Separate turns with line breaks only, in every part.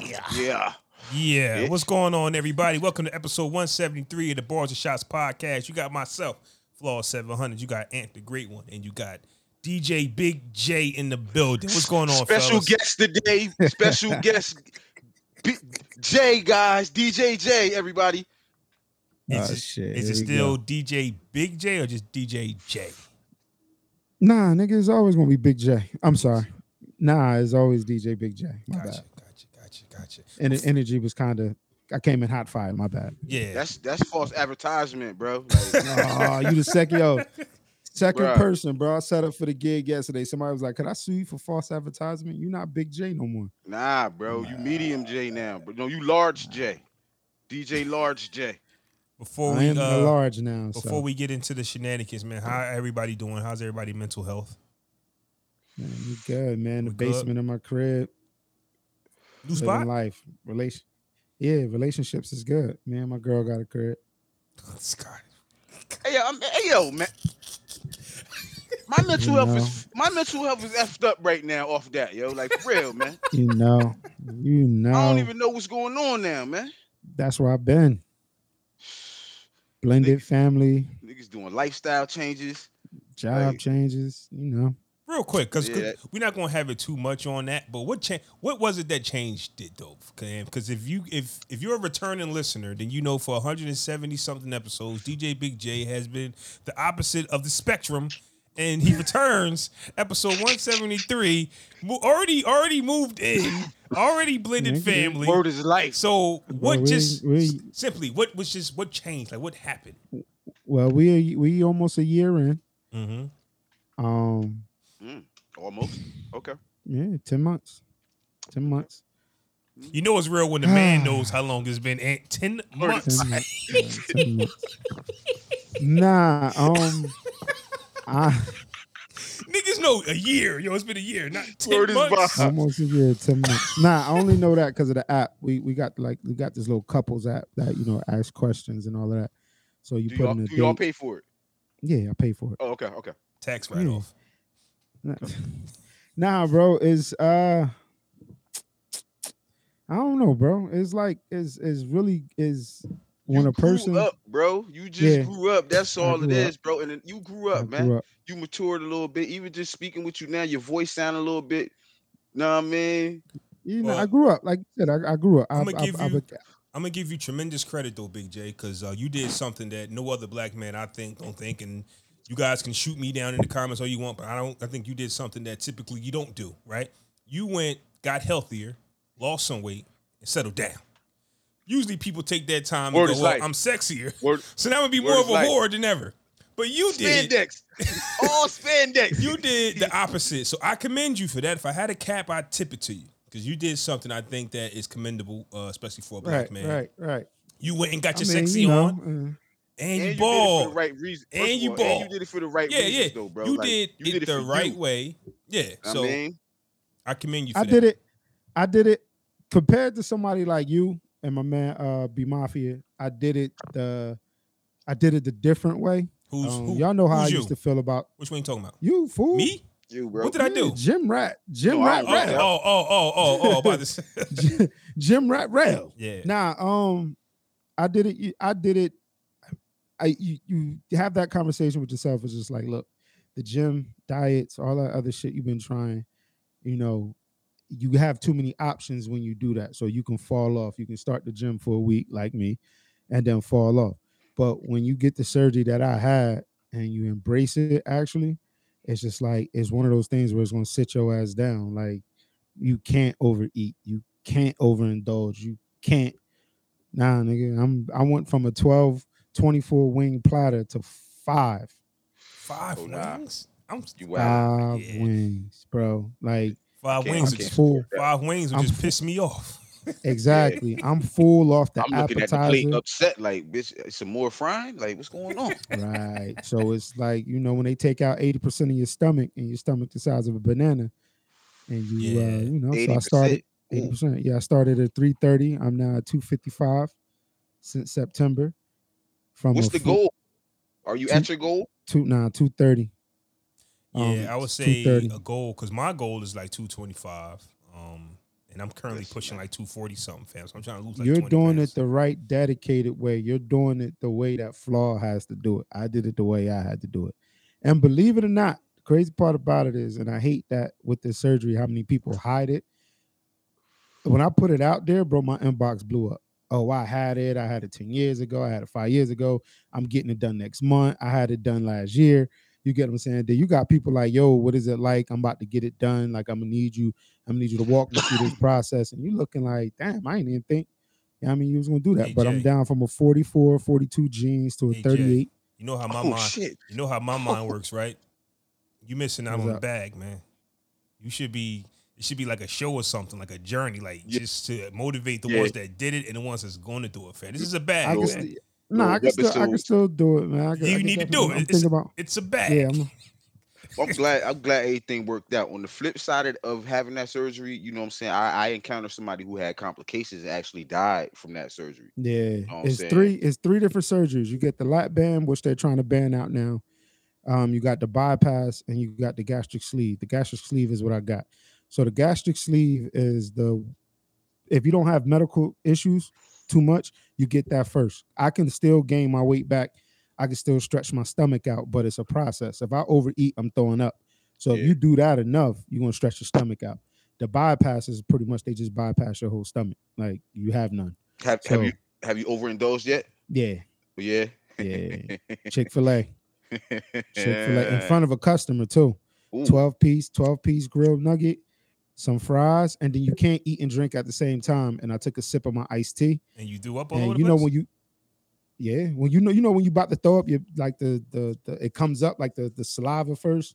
Yeah.
Yeah.
Bitch.
What's going on, everybody? Welcome to episode 173 of the Bars and Shots podcast. You got myself, Flaw 700. You got Ant, the great one. And you got DJ Big J in the building. What's going on,
Special
fellas?
guest today. Special guest B- J guys. DJ J, everybody.
Is
Oh,
it,
shit,
is it
here we go.
still DJ Big J or just DJ J?
Nah, nigga, it's always gonna be Big J. I'm sorry. Nah, it's always DJ Big J. My
Gotcha,
bad.
gotcha, gotcha, gotcha.
And the energy was kind of. I came in hot fire. My bad.
Yeah.
That's that's false advertisement, bro. Like,
Oh, you the second yo, second
Bruh.
person, bro. I set up for the gig yesterday. Somebody was like, "Could I sue you for false advertisement? You're not Big J no more."
nah, bro. You medium J now, but no, you large J. DJ large J.
before
I
we
am
uh,
large now.
before
so,
we get into the shenanigans, man, how everybody doing? How's everybody mental health?
man, we good, man. The
We good.
basement of my crib,
New
living
spot?
life, relation. Yeah, relationships is good. Me and my girl got a crib.
Scott.
Hey, yo, I'm, hey, yo, man. My mental health is my mental health is effed up right now off that, yo. Like for real, man.
You know, you know.
I don't even know what's going on now, man.
that's where I've been. Blended family,
Niggas doing lifestyle changes.
job
Right.
changes, you know.
Real quick, because
Yeah.
we're not gonna have it too much on that. But what cha- what was it that changed it though? Because if you if if you're a returning listener, then you know for 170 something episodes, DJ Big J has been the opposite of the spectrum, and he returns episode 173, mo- already already moved in, already blended
Thank you.
family.
Word is life.
So what
we-
just
we-
simply what was just what changed? Like what happened?
Well, we we almost a year in.
Mm-hmm.
Um,
Almost. Okay.
yeah, ten months. Ten months.
You know it's real when the
Ah.
man knows how long it's been. eh, Ten months.
Ten months. yeah, 10 months. Nah, um I
Niggas know a year. Yo, it's been a year, not ten
Word is
months.
bond.
almost a year, ten months. Nah, I only know that because of the app. We we got like we got this little couples app that you know ask questions and all of that. So you
do
put
y'all,
in a
do y'all
date.
pay for it?
yeah, I pay for it.
Oh, okay, okay.
Tax write off.
Nah. nah, bro, it's uh I don't know, bro. It's like it's it's really is when
you
a person
grew up, bro. You just
Yeah.
grew up. That's
I
all it
grew up.
is, bro. And then you grew
I
up, man.
grew up-
You matured a little bit. Even just speaking with you now, your voice sound a little bit. Know what I mean?
you know, I
Well,
grew up like you said, I, I grew up. I,
I'ma
I-
give
I-
you-
I-
I'm gonna give you tremendous credit though, Big J, because uh, you did something that no other black man I think don't think, and you guys can shoot me down in the comments all you want, but I don't. I think you did something that typically you don't do. Right? You went, got healthier, lost some weight, and settled down. Usually people take that time
Word
and
is
go, well,
life.
"I'm sexier,"
Word,
so that would be
Word
more
is
of a
life.
whore than ever. But you did.
spandex. all spandex.
you did the opposite. So I commend you for that. If I had a cap, I'd tip it to you because you did something I think that is commendable, uh, especially for a black
right,
man.
right, right.
You went and got
I
your
mean,
sexy
you know,
on,
uh,
and,
did
you
it for
balled.
the right reason.
And
First of
you
all, and
ball.
you did it for the right
yeah,
reasons,
yeah.
though, bro.
you
Like,
did
you
it the
for you.
right way. Yeah.
I
So I,
mean,
commend you. For
I
that.
did it. I did it compared to somebody like you and my man uh B Mafia. I did it the I did it the different way.
Who's
Um,
who?
y'all know how I
who's
used
you?
to feel about
Which one you talking about?
you, fool.
Me?
you, bro.
What did I
Yeah,
do?
Jim Rat. Jim
No, I
Rat
don't
Oh,
Right.
Rat.
oh, oh, oh, oh, oh. About this.
J- Jim Rat Rail.
yeah.
Nah, um, I did it. you- I did it. I you, you have that conversation with yourself. It's just like, look, the gym, diets, all that other shit you've been trying. You know, you have too many options when you do that. So you can fall off. You can start the gym for a week, like me, and then fall off. But when you get the surgery that I had and you embrace it, actually, it's just like it's one of those things where it's gonna sit your ass down. Like you can't overeat, you can't overindulge, you can't. Nah, nigga, I'm I went from a 12, 24 wing platter to five,
Five
Oh, nah.
wings. I'm
You wow.
five
yeah.
wings, bro. Like
five
can't-
I'm
wings.
I
would-
can't.
full.
Five wings would
I'm-
just piss me off.
Exactly, I'm full off the
I'm looking
appetizer.
at the plate upset, like, bitch, some more frying? Like, what's going on?
Right. So it's like, you know, when they take out 80% of your stomach and your stomach the size of a banana. And you
Yeah.
uh, you know, so I
80%.
started
Ooh.
80%. Yeah, I started at 330. I'm now at 255 since September. From
What's
a
the
fu-
goal? Are you
two-
at your goal?
Two nah, 230.
Yeah,
Um,
I would
it's
say
230.
a goal because my goal is like 225. Um, and I'm currently
Listen,
pushing
man.
like 240 something, fam. So I'm trying to lose like
You're
20
doing
pounds.
it the right dedicated way. You're doing it the way that Flaw has to do it. I did it the way I had to do it. And believe it or not, the crazy part about it is, and I hate that with this surgery, how many people hide it. When I put it out there, bro, my inbox blew up. Oh, I had it. I had it 10 years ago. I had it five years ago. I'm getting it done next month. I had it done last year. You get what I'm saying? Then you got people like, yo, what is it like? I'm about to get it done. Like, I'm gonna need you. I'm gonna need you to walk me through this process. And you looking like, damn, I ain't even think. Yeah, I mean, you was gonna do that, but I'm
AJ.
down from a 44, 42 jeans to a
AJ.
38.
You know how my
oh
mind
shit!
You know how my mind works, right? You missing out
What's
on the
up?
bag, man. You should be. It should be like a show or something, like a journey, like
Yeah.
just to motivate the
Yeah.
ones that did it and the ones that's going to do it. Fam, this is a
I
bag.
can
Little-
man.
st- no, I can
little
still, I can
episodes.
still do it, man. I can,
You
I can
need to do
definitely-
it.
I'm
It's-
thinking about,
It's a bag.
yeah, I'm,
I'm glad. I'm glad everything worked out. On the flip side of- of having that surgery, you know what I'm saying. I, I encountered somebody who had complications and actually died from that surgery.
yeah.
what I'm
It's
saying?
three, it's three different surgeries. You get the lap band, which they're trying to ban out now. Um, you got the bypass, and you got the gastric sleeve. The gastric sleeve is what I got. So the gastric sleeve is the if you don't have medical issues too much, you get that first. I can still gain my weight back. I can still stretch my stomach out, but it's a process. If I overeat, I'm throwing up. So if
Yeah.
you do that enough, you're gonna stretch your stomach out. The bypass is pretty much they just bypass your whole stomach. Like you have none.
Have
So
Have you Have you overindulged yet?
yeah,
Yeah.
yeah. Chick fil A. Chick fil A in
Yeah. Mm.
front of a customer too.
Ooh,
12 piece, 12 piece grilled nugget, some fries, and then you can't eat and drink at the same time. And I took a sip of my iced tea.
And you do up all over
And
the
you know
place?
when you, yeah, when you know you know when you about to throw up, you like the the, the it comes up like the the saliva first.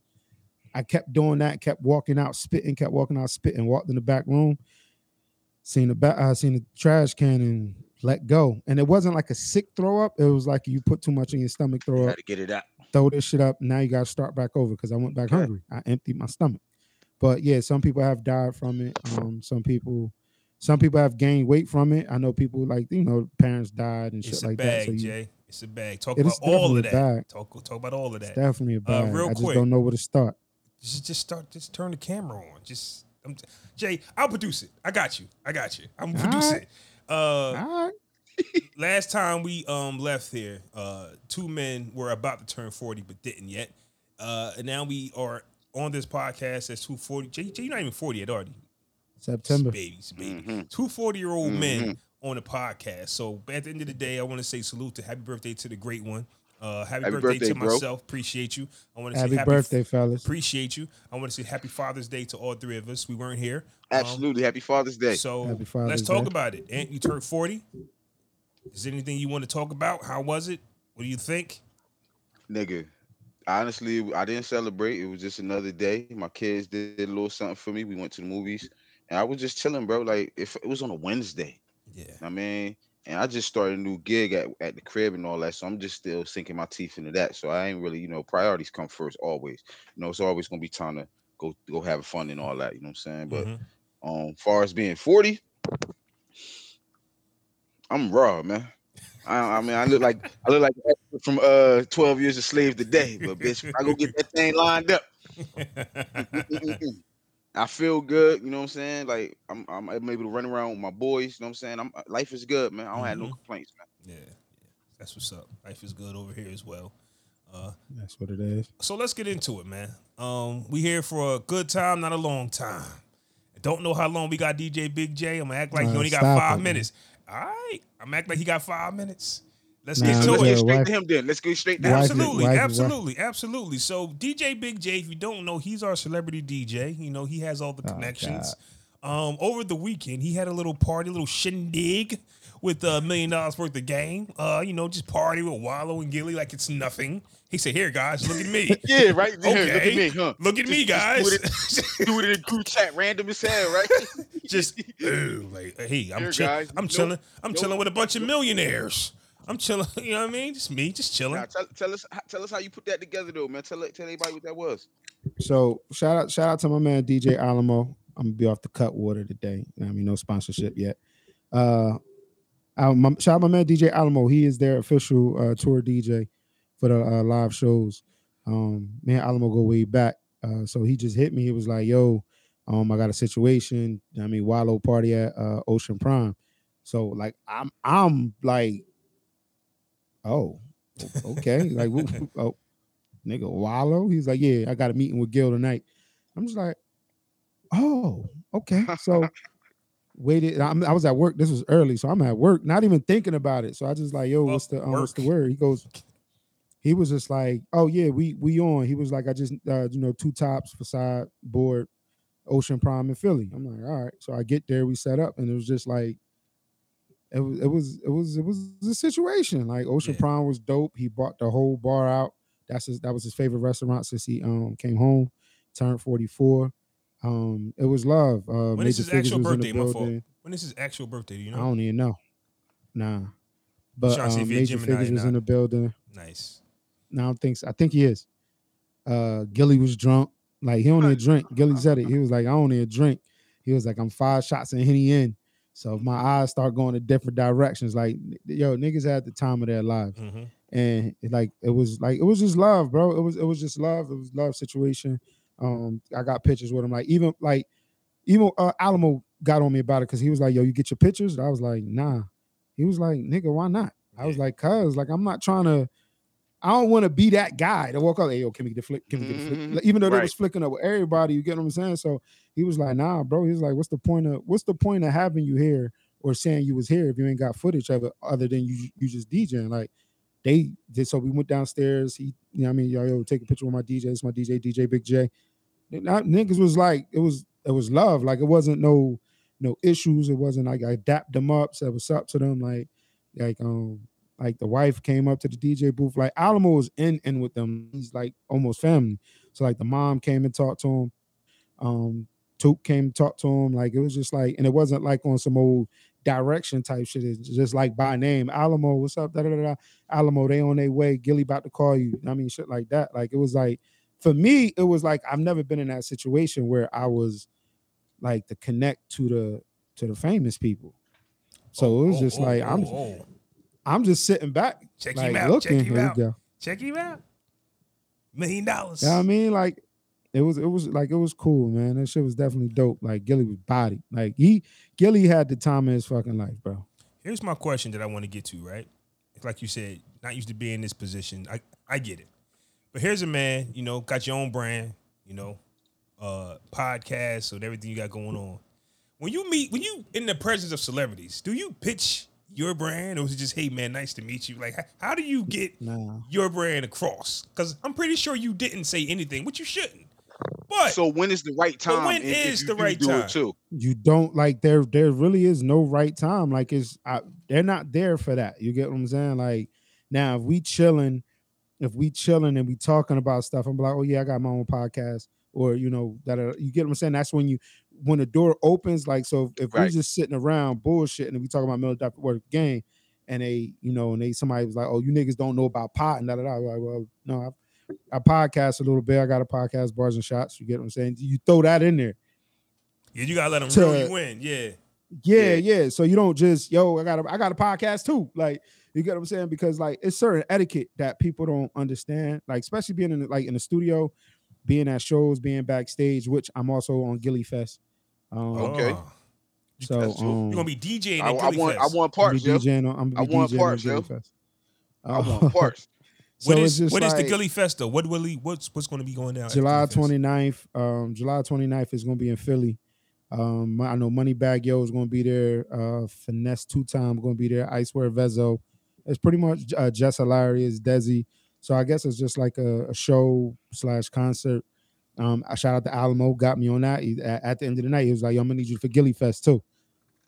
I kept doing that, kept walking out, spitting, kept walking out, spitting, walked in the back room, seen the back, I seen the trash can and let go. And it wasn't like a sick throw up. It was like you put too much in your stomach,
you
throw up
gotta get it out.
throw this shit up. Now you gotta start back over because I went back
Yeah.
hungry. I emptied my stomach. But yeah, some people have died from it. Um, some people, some people have gained weight from it. I know people like you know parents died and
It's
shit
a
like that.
bag,
So you,
Jay. It's a bag. Talk
It
about
is
all
definitely
of
a
that.
bag.
Talk talk about all of
it's
that. Uh,
definitely a bad.
real
I just
quick.
don't know where to start.
Just, just start. Just turn the camera on. Just I'm, Jay. I'll produce it. I got you. I got you. I'm
All
producing.
right.
it. Uh,
All right.
last time we um left here, uh, two men were about to turn forty but didn't yet. Uh, and now we are on this podcast as two forty. Jay, Jay, you're not even forty yet, already.
September.
Babies, baby.
Um,
Mhm.
Two forty year old men
Mm-hmm.
on the podcast. So at the end of the day, I want to say salute to happy birthday to the great one. Uh, happy,
Happy
birthday,
birthday,
to
bro.
myself. Appreciate you. I want to
Happy
say happy
birthday, fellas.
Appreciate you. I want to say happy Father's Day to all three of us. We weren't here. Um,
Absolutely. Happy Father's Day.
so
Happy Father's
let's talk
Day.
about it. Ant, you turned 40. Is there anything you want to talk about? How was it? What do you think?
Nigga, honestly, I didn't celebrate. It was just another day. My kids did a little something for me. We went to the movies, and I was just chilling, bro. Like if it was on a Wednesday,
Yeah.
I mean, and I just started a new gig at, at the crib and all that, so I'm just still sinking my teeth into that. So I ain't really, you know, priorities come first always. You know, it's always gonna be time to go go have fun and all that. You know what I'm saying? But
Mhm.
um, far as being 40, I'm raw, man. I, I mean, I look like I look like the actor from uh 12 Years a Slave today, but bitch, if I go get that thing lined up. Mm-mm-mm-mm. I feel good, you know what I'm saying? Like I'm, I'm I'm able to run around with my boys, you know what I'm saying? I'm life is good, man. I don't have no
Mhm.
complaints, man.
yeah. Yeah. That's what's up. Life is good over here as well. Uh,
That's what it is.
so let's get into it, man. Um, we here for a good time, not a long time. I don't know how long we got DJ Big J. I'm gonna act like he
Nah,
only got
stop
five
it, man.
minutes. All right. I'm act like he got five minutes. Let's
Nah,
get
So
to
let's
it.
get
Um, Yeah,
straight
wife-
to him then. Let's get straight to
Wife
him.
is-
Absolutely,
wife is-
absolutely, absolutely. So DJ Big J, if you don't know, he's our celebrity DJ. You know, he has all the
Oh,
connections. um, over the weekend, he had a little party, a little shindig with a million dollars worth of game. Uh, you know, just party with Wallow and Gilly like it's nothing. He said, "Here, guys, look at me.
Yeah, right. Yeah, Look
Okay.
at me, huh?
Look at me, guys."
Just Do it in a group chat, random as hell, right?
just "Ooh," like hey, I'm
Here,
chill-
guys.
I'm
Nope.
chilling. I'm
Nope.
chilling with a bunch of millionaires. I'm chilling. You know what I mean? Just me, just chilling.
Now, tell, tell us tell us how you put that together though, man. Tell tell everybody what that was.
So shout out, shout out to my man DJ Alamo. I'm gonna be off the cut water today. You know what I mean, no sponsorship yet. Uh, I, my, shout out my man DJ Alamo. He is their official uh, tour DJ for the uh, live shows. Um, man, Alamo go way back. Uh, so he just hit me. He was like, "Yo, Um, I got a situation. I mean, Wallow party at uh, Ocean Prime. So like, I'm I'm like, oh, okay, like, woo- woo- oh, nigga, Wallow. He's like, yeah, I got a meeting with Gil tonight. I'm just like, oh, okay. So waited. I'm, I was at work. This was early, so I'm at work, not even thinking about it. So I just like, yo,
Well,
what's the um, what's the
work.
word? He goes. He was just like, oh yeah, we we on. He was like, I just uh, you know two tops facade board Ocean Prime in Philly. I'm like, all right. So I get there, we set up, and it was just like, it was, it was, it was, it was a situation. Like Ocean
Yeah.
Prime was dope. He bought the whole bar out. That's his, that was his favorite restaurant since he um came home, turned 44. Um, it was love. Uh,
When is
Major
his
Figures
actual
was in the
birthday? My fault.
building.
When is his actual birthday? Do you
I
know?
don't even know. Nah, but
Trying to see
um,
if he a
Major
Gemini or
Figures was in
not.
the building.
Nice.
No, I don't think so. I think he is. Uh Gilly was drunk. Like he only a drink. Gilly said it. He was like, I only a drink. He was like, I'm five shots in Henny in. So if my eyes start going to different directions. Like, n- yo, niggas had the time of their lives.
hmm
And it, like it was like it was just love, bro. It was it was just love. It was love situation. Um, I got pictures with him. Like even like even uh, Alamo got on me about it because he was like, "Yo, you get your pictures?" I was like, "Nah." He was like, "Nigga, why not?" I was
Yeah.
like, "Cause like I'm not trying to. I don't want to be that guy to walk up. Hey, yo, can we get a flick? Can we get a flick?
Mhm.
Like, even though they
Right.
was flicking up with everybody, you get what I'm saying? So he was like, "Nah, bro." He was like, "What's the point of What's the point of having you here or saying you was here if you ain't got footage of it other than you you just DJing?" Like they did. So we went downstairs. He, you know, what I mean, yo, yo, take a picture with my DJ. It's my DJ, DJ Big J. And I- niggas was like, it was it was love. Like it wasn't no no issues. It wasn't like I dapped them up, said what's up to them. Like like um like the wife came up to the DJ booth. Like Alamo was in in with them. He's like almost family. So like the mom came and talked to him. Um, Toop came and talked to him. Like it was just like, and it wasn't like on some old direction type shit. It's just like by name, Alamo, what's up? Da, da, da, da. Alamo, they on their way. Gilly about to call you. I mean, shit like that. Like it was like for me, it was like I've never been in that situation where I was like the connect to the to the famous people. So it was
Oh,
just
oh,
like
oh,
I'm
oh.
I'm just sitting back,
Check
like
him out.
looking.
Check him
Here we
out.
go.
Check him out. Million dollars.
Yeah, I mean, like it was, it was like it was cool, man. That shit was definitely dope. Like Gilly was body. Like he, Gilly had the time of his fucking life, bro.
Here's my question that I want to get to, right? It's Like you said, not used to be in this position. I, I get it. But here's a man, you know, got your own brand, you know, uh, podcast and everything you got going on. When you meet, when you in the presence of celebrities, do you pitch your brand or is it just, hey man, nice to meet you? Like, how, how do you get
Nah,
your brand across? Because I'm pretty sure you didn't say anything, which you shouldn't. But
So when is the right
But
time?
when
and if
is
you
the
do
right
do
time?
It too.
you don't like there. There really is no right time. Like it's, I, they're not there for that. You get what I'm saying? Like now, if we chilling, if we chilling and we talking about stuff, I'm like, oh yeah, I got my own podcast, or you know that. You get what I'm saying? That's when you, when the door opens. Like so, if we
Right.
just sitting around bullshitting and we talking about middle doctor work game, and they, you know, and they somebody was like, oh, you niggas don't know about pot and da da da. I'm Like, well, no, I I podcast a little bit. I got a podcast, bars and shots. You get what I'm saying? You throw that in there.
yeah, you gotta let them
To-
reel you in. Yeah,
Yeah, yeah, So you don't just yo, I got a I got a podcast too. Like you get what I'm saying? Because like it's certain etiquette that people don't understand. Like especially being in the, like in the studio, being at shows, being backstage. Which I'm also on Gilly Fest. Um,
Okay.
Oh. You-
So
that's cool.
um,
You're gonna be DJing.
I,
at
I
Gilly
want. I
Fest.
want
I'm gonna
parts,
be
yo.
DJing on, I'm gonna be
I want
DJing
parts,
on
yo.
Gilly Fest.
I
Uh,
want parts.
So
what
it's
is
just
what is the
like-
Gilly Festa? What will he, what's what's gonna be going down? at
July
Gilly Fest?
29th. Um, July 29th is going to be in Philly. Um, I know Moneybag Yo is going to be there. Uh, Finesse Two Time going to be there. Icewear Vezo. It's pretty much uh, Jess Hilarious, Desi. So I guess it's just like a, a show slash concert. Um, I shout out to Alamo, got me on that. He- At, at the end of the night, he was like, "Yo, I'm gonna need you for Gilly Fest too."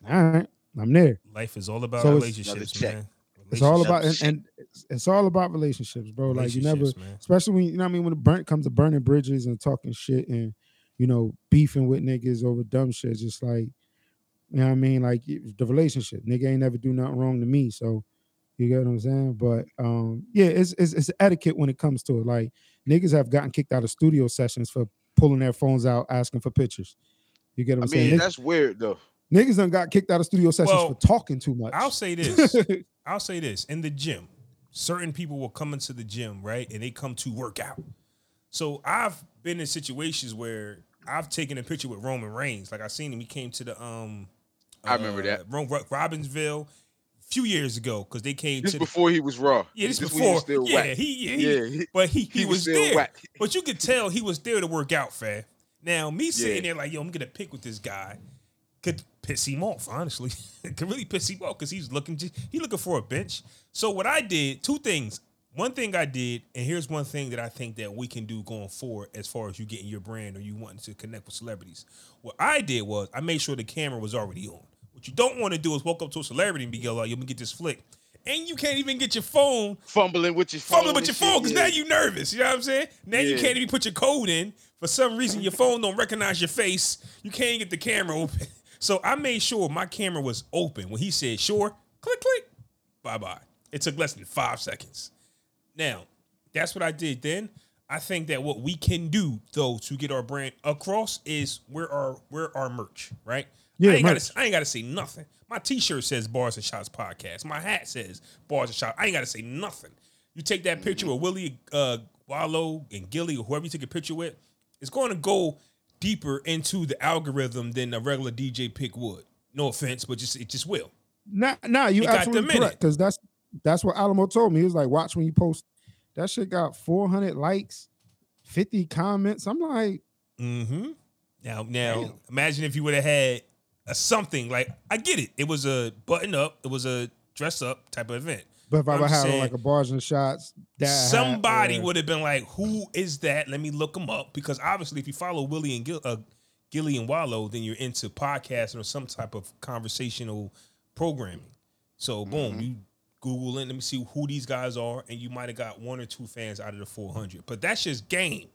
All right, I'm there.
Life is all about
So it's-
relationships,
Another check.
man.
It's all
Relationship
about and,
shit.
and it's- it's all about relationships, bro. Like you never,
Relationships, man.
especially when you know what I mean when it burnt comes to burning bridges and talking shit and you know beefing with niggas over dumb shit. it's Just like you know what I mean, like it- the relationship, nigga ain't never do nothing wrong to me. So you get what I'm saying. But um, yeah, it's, it's it's etiquette when it comes to it. Like niggas have gotten kicked out of studio sessions for pulling their phones out asking for pictures. You get
I
what I'm
mean,
saying? Niggas,
that's weird though.
niggas done got kicked out of studio sessions
Well,
for talking too much.
I'll say this. I'll say this. In the gym, certain people will come into the gym, right? And they come to work out. So I've been in situations where I've taken a picture with Roman Reigns. Like I seen him. He came to the um. uh,
I remember that.
Ro- Ro- Robbinsville, a few years ago, because they came
This
to. the-
before he was raw.
yeah, this
when he
before.
was still
yeah,
whack.
he, yeah, he-
yeah, he,
but he, he,
he
was,
was still
there.
whack.
But you could tell he was there to work out, fam. Now me sitting
Yeah.
there like, yo, I'm gonna pick with this guy. Could piss him off, honestly. could really piss him off because he's looking he looking for a bench. So what I did, two things. One thing I did, and here's one thing that I think that we can do going forward as far as you getting your brand or you wanting to connect with celebrities. What I did was I made sure the camera was already on. What you don't want to do is walk up to a celebrity and be like, yo, let me get this flick. And you can't even get your phone
fumbling with your phone.
fumbling with your phone
and shit,
because
yeah.
now you nervous. You know what I'm saying? Now you
Yeah.
can't even put your code in. For some reason, your phone don't recognize your face. You can't get the camera open. So I made sure my camera was open when he said, "Sure, click, click, bye bye." It took less than five seconds. Now, that's what I did then. I think that what we can do though to get our brand across is we're our we're our merch, right?
Yeah,
I ain't,
merch.
gotta, I ain't gotta say nothing. My t-shirt says Bars and Shots Podcast. My hat says Bars and Shots. I ain't gotta say nothing. You take that picture with Willie uh Wallow and Gilly or whoever you took a picture with, it's gonna go deeper into the algorithm than a regular DJ pick would. No offense, but just it just will.
Nah, nah, you
It got
absolutely
diminished.
correct. Because that's that's what Alamo told me. He was like, watch when you post. That shit got 400 likes, 50 comments. I'm like,
Mm-hmm. Now, now,
Damn.
imagine if you would have had a something like I get it. It was a button up. It was a dress up type of event.
but if I
I'm
would have
saying-
like a bars and shots, dad hat,
Somebody
or-
would have been like, "Who is that?" Let me look him up because obviously, if you follow Willie and Gil, uh, Gilly and Wallow, then you're into podcasting or some type of conversational programming. So, boom,
Mm-hmm.
you Google it. Let me see who these guys are, and you might have got one or two fans out of the 400. But that's just game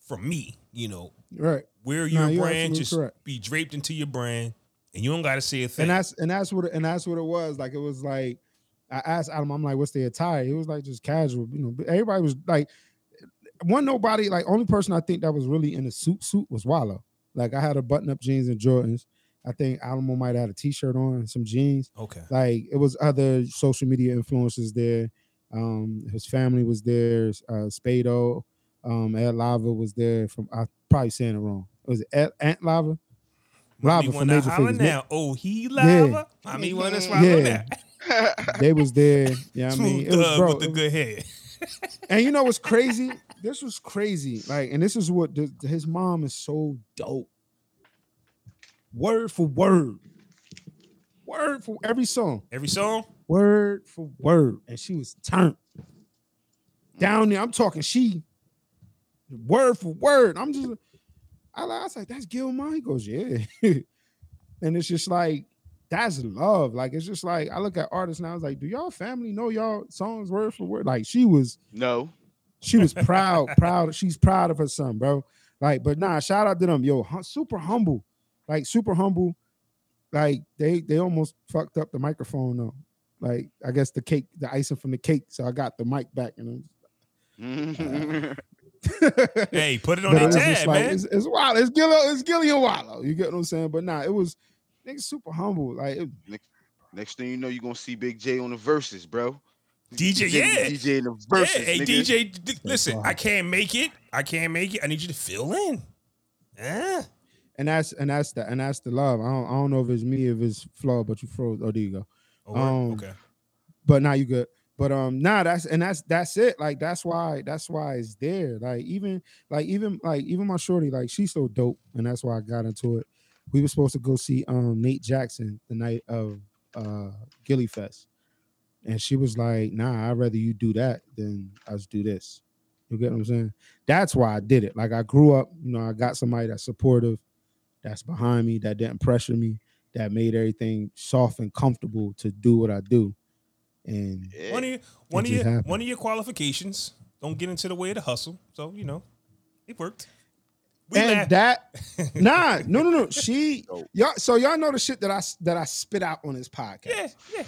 from me, you know.
right.
wear
Nah,
your
you're
brand,
absolutely
just
correct.
be draped into your brand, and you don't gotta say a thing.
And that's and that's what and that's what it was. Like it was like I asked Adam, I'm like, what's the attire? It was like just casual, you know. But everybody was like, one nobody like only person I think that was really in a suit suit was Wallow. Like I had a button up jeans and Jordans. I think Alamo might have had a t-shirt on and some jeans.
okay.
Like it was other social media influencers there. Um, his family was there. Uh, Spado, um, Ed Lava was there. From I probably saying it wrong. Was it Ed, Aunt Lava?
Mommy
Lava from
wanna
Major
holla
Figures.
now. Oh, he lava. Mommy wanna swallow
Yeah.
that.
They was there. Yeah, I mean,
Smooth
it was
thug
bro.
with the
it was-
good head.
and you know what's crazy? This was crazy. Like, and this is what the, his mom is so dope. Word for word, word for every song,
Every song.
word for word, and she was turned down there. I'm talking she, word for word. I'm just, I, li- I was like, that's Gilmore. He goes, yeah, and it's just like. That's love. Like it's just like I look at artists now. I was like, do y'all family know y'all songs word for word? Like she was
No.
she was proud, proud. She's proud of her son, bro. Like, but nah, shout out to them, yo. hu- Super humble, like super humble. Like they they almost fucked up the microphone though. Like I guess the cake, the icing from the cake. So I got the mic back and.
Uh,
I'm-
Hey, put it on
But
their
it's just
tab,
like
man.
it's, it's wild. It's Gillo. It's Gillian Wallow. You get what I'm saying? But nah, it was nigga super humble. Like it,
Next thing you know, you're gonna see Big J on the verses, bro.
DJ, yeah.
DJ in the
Yeah,
verses.
hey
nigga.
DJ, d- listen,
wild.
I can't make it. I can't make it. I need you to fill in. Eh?
and that's and that's the and that's the love. I don't, I don't know if it's me, if it's flawed, but you froze. Oh, there you go.
Oh, word.
Um,
okay.
but now you good. But um, nah, that's and that's that's it. Like that's why that's why it's there. Like even like even like even my shorty, like she's so dope, and that's why I got into it. We were supposed to go see um Nate Jackson the night of uh Gilly Fest, and she was like, "Nah, I'd rather you do that than us do this." You get what I'm saying? That's why I did it. Like I grew up, you know, I got somebody that's supportive, that's behind me, that didn't pressure me, that made everything soft and comfortable to do what I do, and.
Yeah.
One of your, one of
just
your,
happened.
one of your qualifications. Don't get into the way of the hustle. So you know, it worked. We
and
laugh-
that nah no no no she
Dope.
y'all so y'all know the shit that I s- that I spit out on this podcast
yeah, yeah.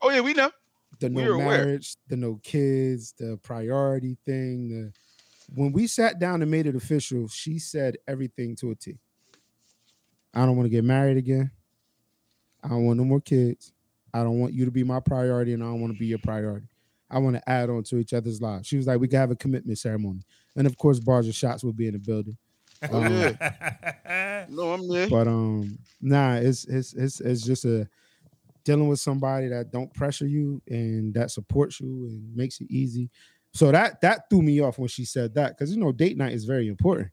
Oh yeah, we know.
the no
we were aware.
marriage the no kids the priority thing the when we sat down and made it official she said everything to a T I don't want to get married again I don't want no more kids I don't want you to be my priority and I don't want to be your priority I want to add on to each other's lives she was like we can have a commitment ceremony and of course bars and shots will be in the building
Oh, yeah.
yeah.
No, I'm there.
but um nah it's it's it's it's just a dealing with somebody that don't pressure you and that supports you and makes it easy so that that threw me off when she said that because you know date night is very important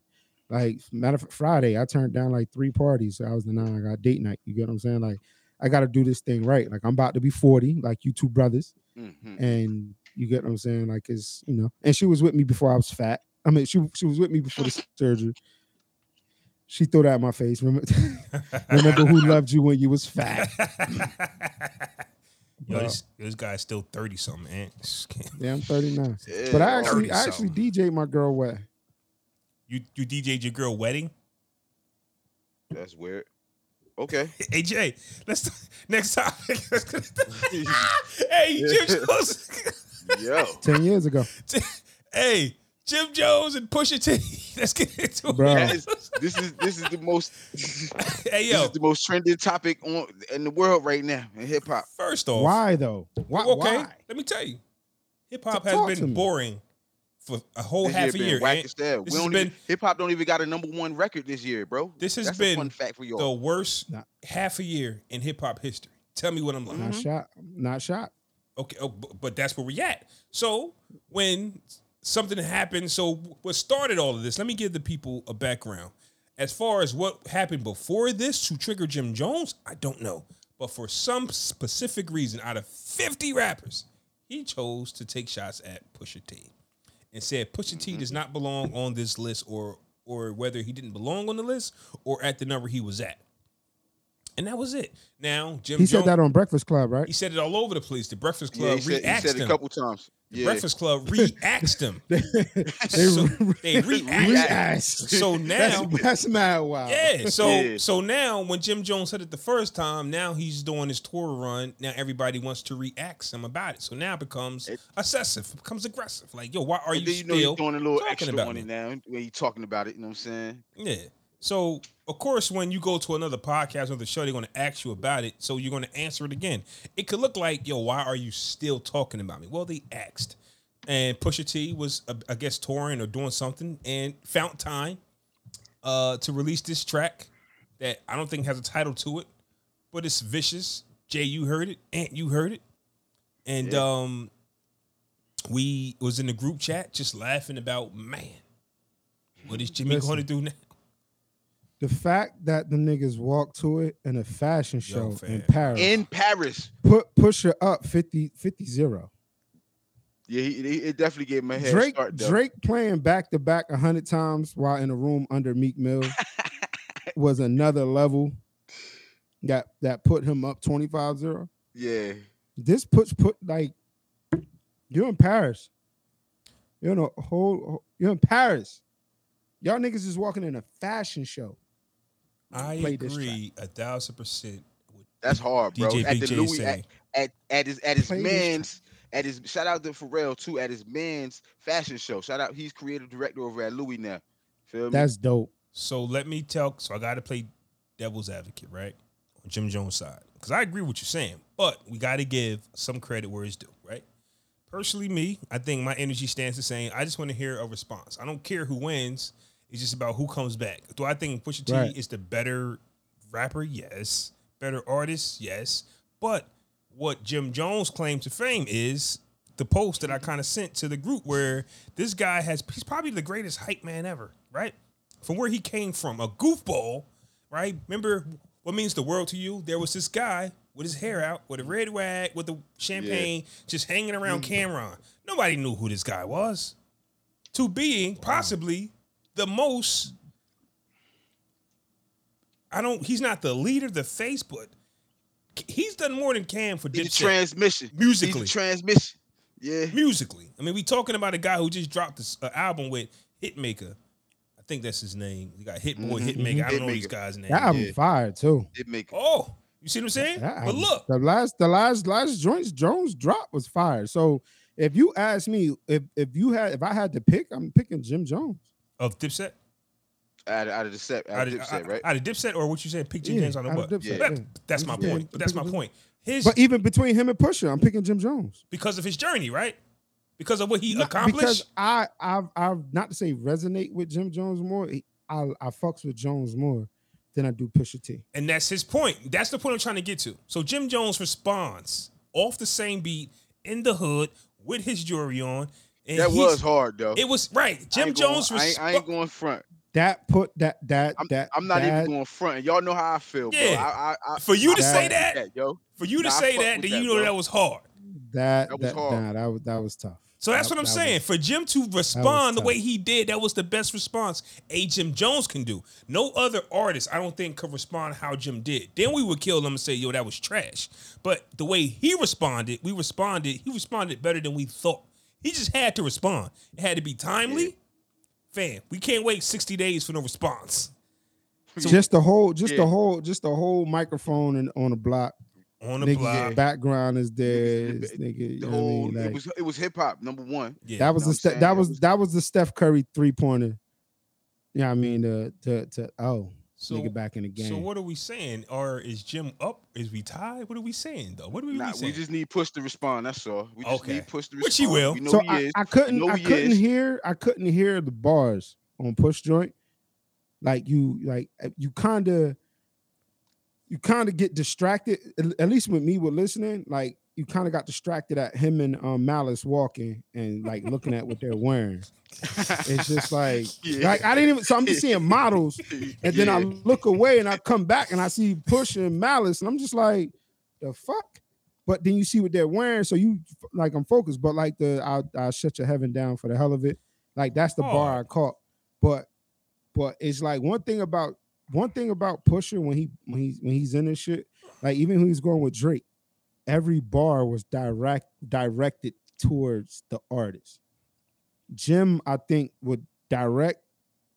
like matter of fact, friday i turned down like three parties so i was the nine i got date night you get what i'm saying like i got to do this thing right like i'm about to be 40 like you two brothers
Mhm.
and you get what I'm saying. Like it's you know, and she was with me before I was fat. I mean, she she was with me before the surgery. She threw that in my face. Remember, remember who loved you when you was fat.
Yo,
Wow.
this, this guy's still 30 something, man. Just can't-
Yeah, I'm 39.
Yeah,
But I actually,
30
I actually
something.
DJ'd my girl wet.
You you DJ'd your girl wedding?
that's weird. Okay.
Hey Jay, let's next topic. hey, Jim Jones.
Yo.
ten years ago.
hey, Jim Jones and Pusha T. Let's get into
Bro.
That is, this is this is the most this
it. Hey
is
yo,
the most trending topic on in the world right now in hip hop.
first off,
Why though? Why?
Oh. okay,
why?
let me tell you, hip hop
T- talk
has
to
been
me.
boring for a whole
This
half a
been
year.
Whack
and
as hell. We
this has
don't even,
been-
hip hop don't even got a number one record this year, bro.
This has
That's
been
a fun fact for
the
y'all.
worst
Nah.
half a year in hip hop history. Tell me what I'm lying.
Not shot. Not shot.
Okay, oh, bu- but that's where we at. So when something happened, so what started all of this? Let me give the people a background. As far as what happened before this to trigger Jim Jones, I don't know. But for some specific reason, out of 50 rappers, he chose to take shots at Pusha T and said Pusha T does not belong on this list or or whether he didn't belong on the list or at the number he was at. And that was it. Now, Jim
He
Jones
said that on Breakfast Club, right?
he said it all over the place. The Breakfast
Yeah,
Club
he said, he
reacts
said it a
him.
couple times. Yeah.
Breakfast Club reacts him.
they
so
re-
they react.
re-asked.
So
That's,
now,
that's mad wild.
yeah. So
Yeah.
so now, when Jim Jones said it the first time, now he's doing his tour run. Now everybody wants to react him about it. So now it becomes
It-
excessive. It becomes aggressive. Like, yo, why are
and
you
then you know you're
still?
doing a little
talking
extra
about
on
me?
it now. When you talking about it, you know what I'm saying?
Yeah. So of course, when you go to another podcast, another show, they're going to ask you about it. So you're going to answer it again. It could look like, yo, why are you still talking about me? Well, they asked, and Pusha T was, uh, I guess, touring or doing something, and found time uh, to release this track that I don't think has a title to it, but it's vicious. Jay, you heard it, Ant, you heard it, and
Yeah.
um, we was in the group chat just laughing about man, what is Jimmy
Listen.
going to do now?
The fact that the niggas walked to it in a fashion show
fam.
in Paris
In Paris.
put Pusher up 50 50 0.
Yeah, he, he, it definitely gave him a head
Drake
start. though.
Drake playing back to back 100 times while in a room under Meek Mill was another level that that put him up 25 0.
Yeah.
This puts put like you're in Paris. You're in a whole you're in Paris. Y'all niggas is walking in a fashion show.
I
Play this
agree a thousand percent. with-
That's hard, bro.
DJ
at the
BJ
Louis
saying.
at, at, at his at his
Play this
man's at his shout out to Pharrell too at his man's fashion show. Shout out he's creative director over at Louis now. Feel me?
That's dope.
So let me tell. So I got to play devil's advocate, right, on Jim Jones' side, because I agree with you saying, but we got to give some credit where it's due, right? Personally, me, I think my energy stands the same. I just want to hear a response. I don't care who wins. It's just about who comes back. Do I think Pusha T
Right.
is the better rapper? Yes. Better artist? Yes. But what Jim Jones claims to fame is the post that I kind of sent to the group where this guy has he's probably the greatest hype man ever, right? From where he came from, a goofball, right? Remember what means the world to you? There was this guy with his hair out, with a red rag, with the champagne, just hanging around Cameron. Nobody knew who this guy was. To being possibly the most I don't he's not the leader, the face, but he's done more than Cam for
he's a
Dipset
transmission.
musically.
He's a transmission. Yeah.
musically. I mean, we talking about a guy who just dropped this uh, album with Hitmaker. I think that's his name. You got Hit Boy, Hitmaker. I don't know
Mm-hmm, Hitmaker.
these guys' name.
That album
Yeah.
fire too.
Did make it.
Oh, you see what I'm saying?
That
but
album-
look,
the last the last last joints Jones drop was fire. So if you ask me if if you had if I had to pick, I'm picking Jim Jones.
of Dipset,
Out of, out of the set, out of
of-
Dipset, right?
out of Dipset, or what you said, Pick Jim
Yeah,
James out of
out
what?
of Dipset,
That-
yeah.
That's my
Yeah.
point. But that's my point. His
But even between him and Pusher, I'm picking Jim Jones.
because of his journey, right? Because of what he
Not-
accomplished.
Because I I've I've not to say resonate with Jim Jones more. He- I I fucks with Jones more than I do Pusha T.
And that's his point. That's the point I'm trying to get to. So Jim Jones responds off the same beat in the hood with his jewelry on. And
That
he's-
was hard though.
It was right.
I
Jim
ain't going-
Jones
I ain't, I ain't
responds.
going front.
That put that that
I'm,
that
I'm not
that-
even going front. Y'all know how I feel, bro.
Yeah.
I, I, I,
For you to
I
say
fuck with
that-
yo.
For you to
Nah, I
say
fuck
that,
with
then you
that,
know
bro.
that was hard.
that
That was
that
hard.
nah, that was that was tough.
So that's
That-
what I'm
that
saying.
was-
For Jim to respond the
tough.
way he did, that was the best response a Jim Jones can do. No other artist, I don't think, could respond how Jim did. Then we would kill him and say, yo, that was trash. But the way he responded, we responded, he responded better than we thought. He just had to respond. It had to be timely.
Yeah.
Fam, we can't wait 60 days for no response
just the whole just
Yeah.
the whole just the whole microphone and on the block.
on the
Niggas
block.
background is there.
Niggas-
it's Nigga, you
The
know what I
whole
mean?
Oh, it
Like,
was it was hip hop number one.
Yeah.
that was
know
the
what I'm
Ste- that
saying?
was
It was-
that was the Steph Curry three pointer. Yeah, I mean to to to oh
So-
nigga back in the game.
so what are we saying? Or is Jim up? Is we tied? What are we saying though? What are we
Nah,
really saying?
we just need push to respond. That's all. We just
Okay.
need push to respond.
Which he will.
We know
so
he
I,
is.
I couldn't
know
I
he
couldn't
is.
hear I couldn't hear the bars on push joint. Like you like uh, you kind of you kind of get distracted. At at least with me with listening, like you kind of got distracted at him and um, Malice walking and like looking at what they're wearing. It's just like
Yeah.
like I didn't even. So I'm just seeing models, and then I
Yeah.
look away and I come back and I see Push and Malice, and I'm just like, the fuck. But then you see what they're wearing, so you like I'm focused. But like the I'll, I'll shut your heaven down for the hell of it. Like that's the bar I caught. But but it's like one thing about one thing about Pusher when he when he's when he's in this shit. Like even when he's going with Drake, every bar was direct directed towards the artist. Jim, I think, would direct,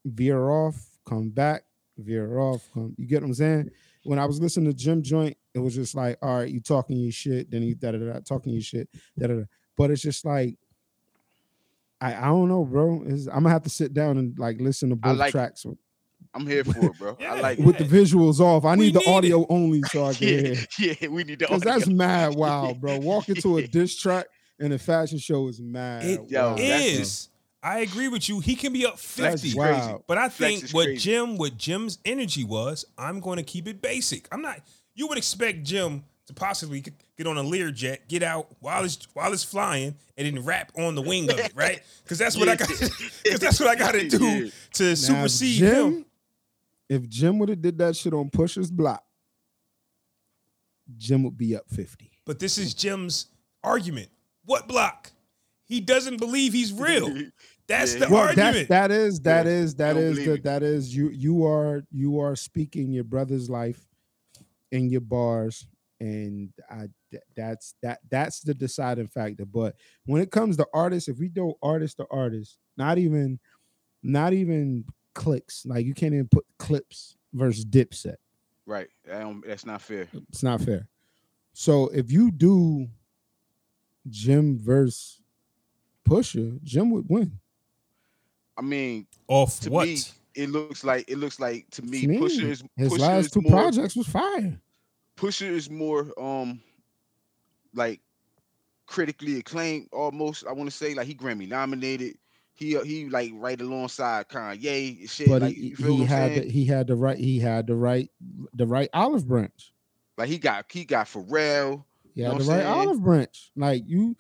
veer off, come back, veer off, come. You get what I'm saying? When I was listening to Jim Joint, it was just like, all right, you talking your shit, then you da da da talking your shit, da da da. But it's just like, I, I don't know, bro. It's, I'm gonna have to sit down and like listen to
I
both
like-
tracks with,
I'm here for it, bro.
Yeah.
I like
with
it.
the visuals off. I
We
need the
need
audio only so I can
Yeah,
hear.
yeah, we need to.
Cause that's mad wild, bro. Walking to a
Yeah.
diss track and a fashion show is mad.
It
Yo,
wild,
that's
bro.
is. I agree with you. He can be up
Flex
fifty,
is
Wow.
crazy.
but I
Flex
think
is
what
crazy.
Jim, what Jim's energy was, I'm going to keep it basic. I'm not. You would expect Jim to possibly g- get on a Learjet, get out while it's while it's flying, and then rap on the wing of it, right? Because that's what I got. Because that's what I got to do
Yeah.
to
Now, if
supersede
Jim,
him.
If Jim would have did that shit on Pusher's block, Jim would be up fifty.
But this is Jim's argument. What block? He doesn't believe he's real. That's
Yeah,
the
he-
Well, that's
argument.
that is that
Yeah,
is that
don't
is
believe
the,
it.
that is you you are you are speaking your brother's life in your bars, and I th- that's that that's the deciding factor. But when it comes to artists, if we go artist to artist, not even not even clicks, like you can't even put clips versus dipset.
Right. I don't- that's not fair.
It's not fair. So if you do Jim versus Pusher, Jim would win.
I mean,
Off
to
what?
me, it looks like it looks like to me,
To me,
Pusher is
His
Pusher
last
is
two
more,
projects was fire.
Pusher is more um like critically acclaimed almost. I want to say like he Grammy nominated. He uh, he like right alongside Kanye and shit.
But
like
he,
you feel
he
what I'm
had
saying?
the, he had the right he had the right the right olive branch.
like he got he got Pharrell.
He
Know
had
what
the
I'm
right
saying?
olive branch. Like you,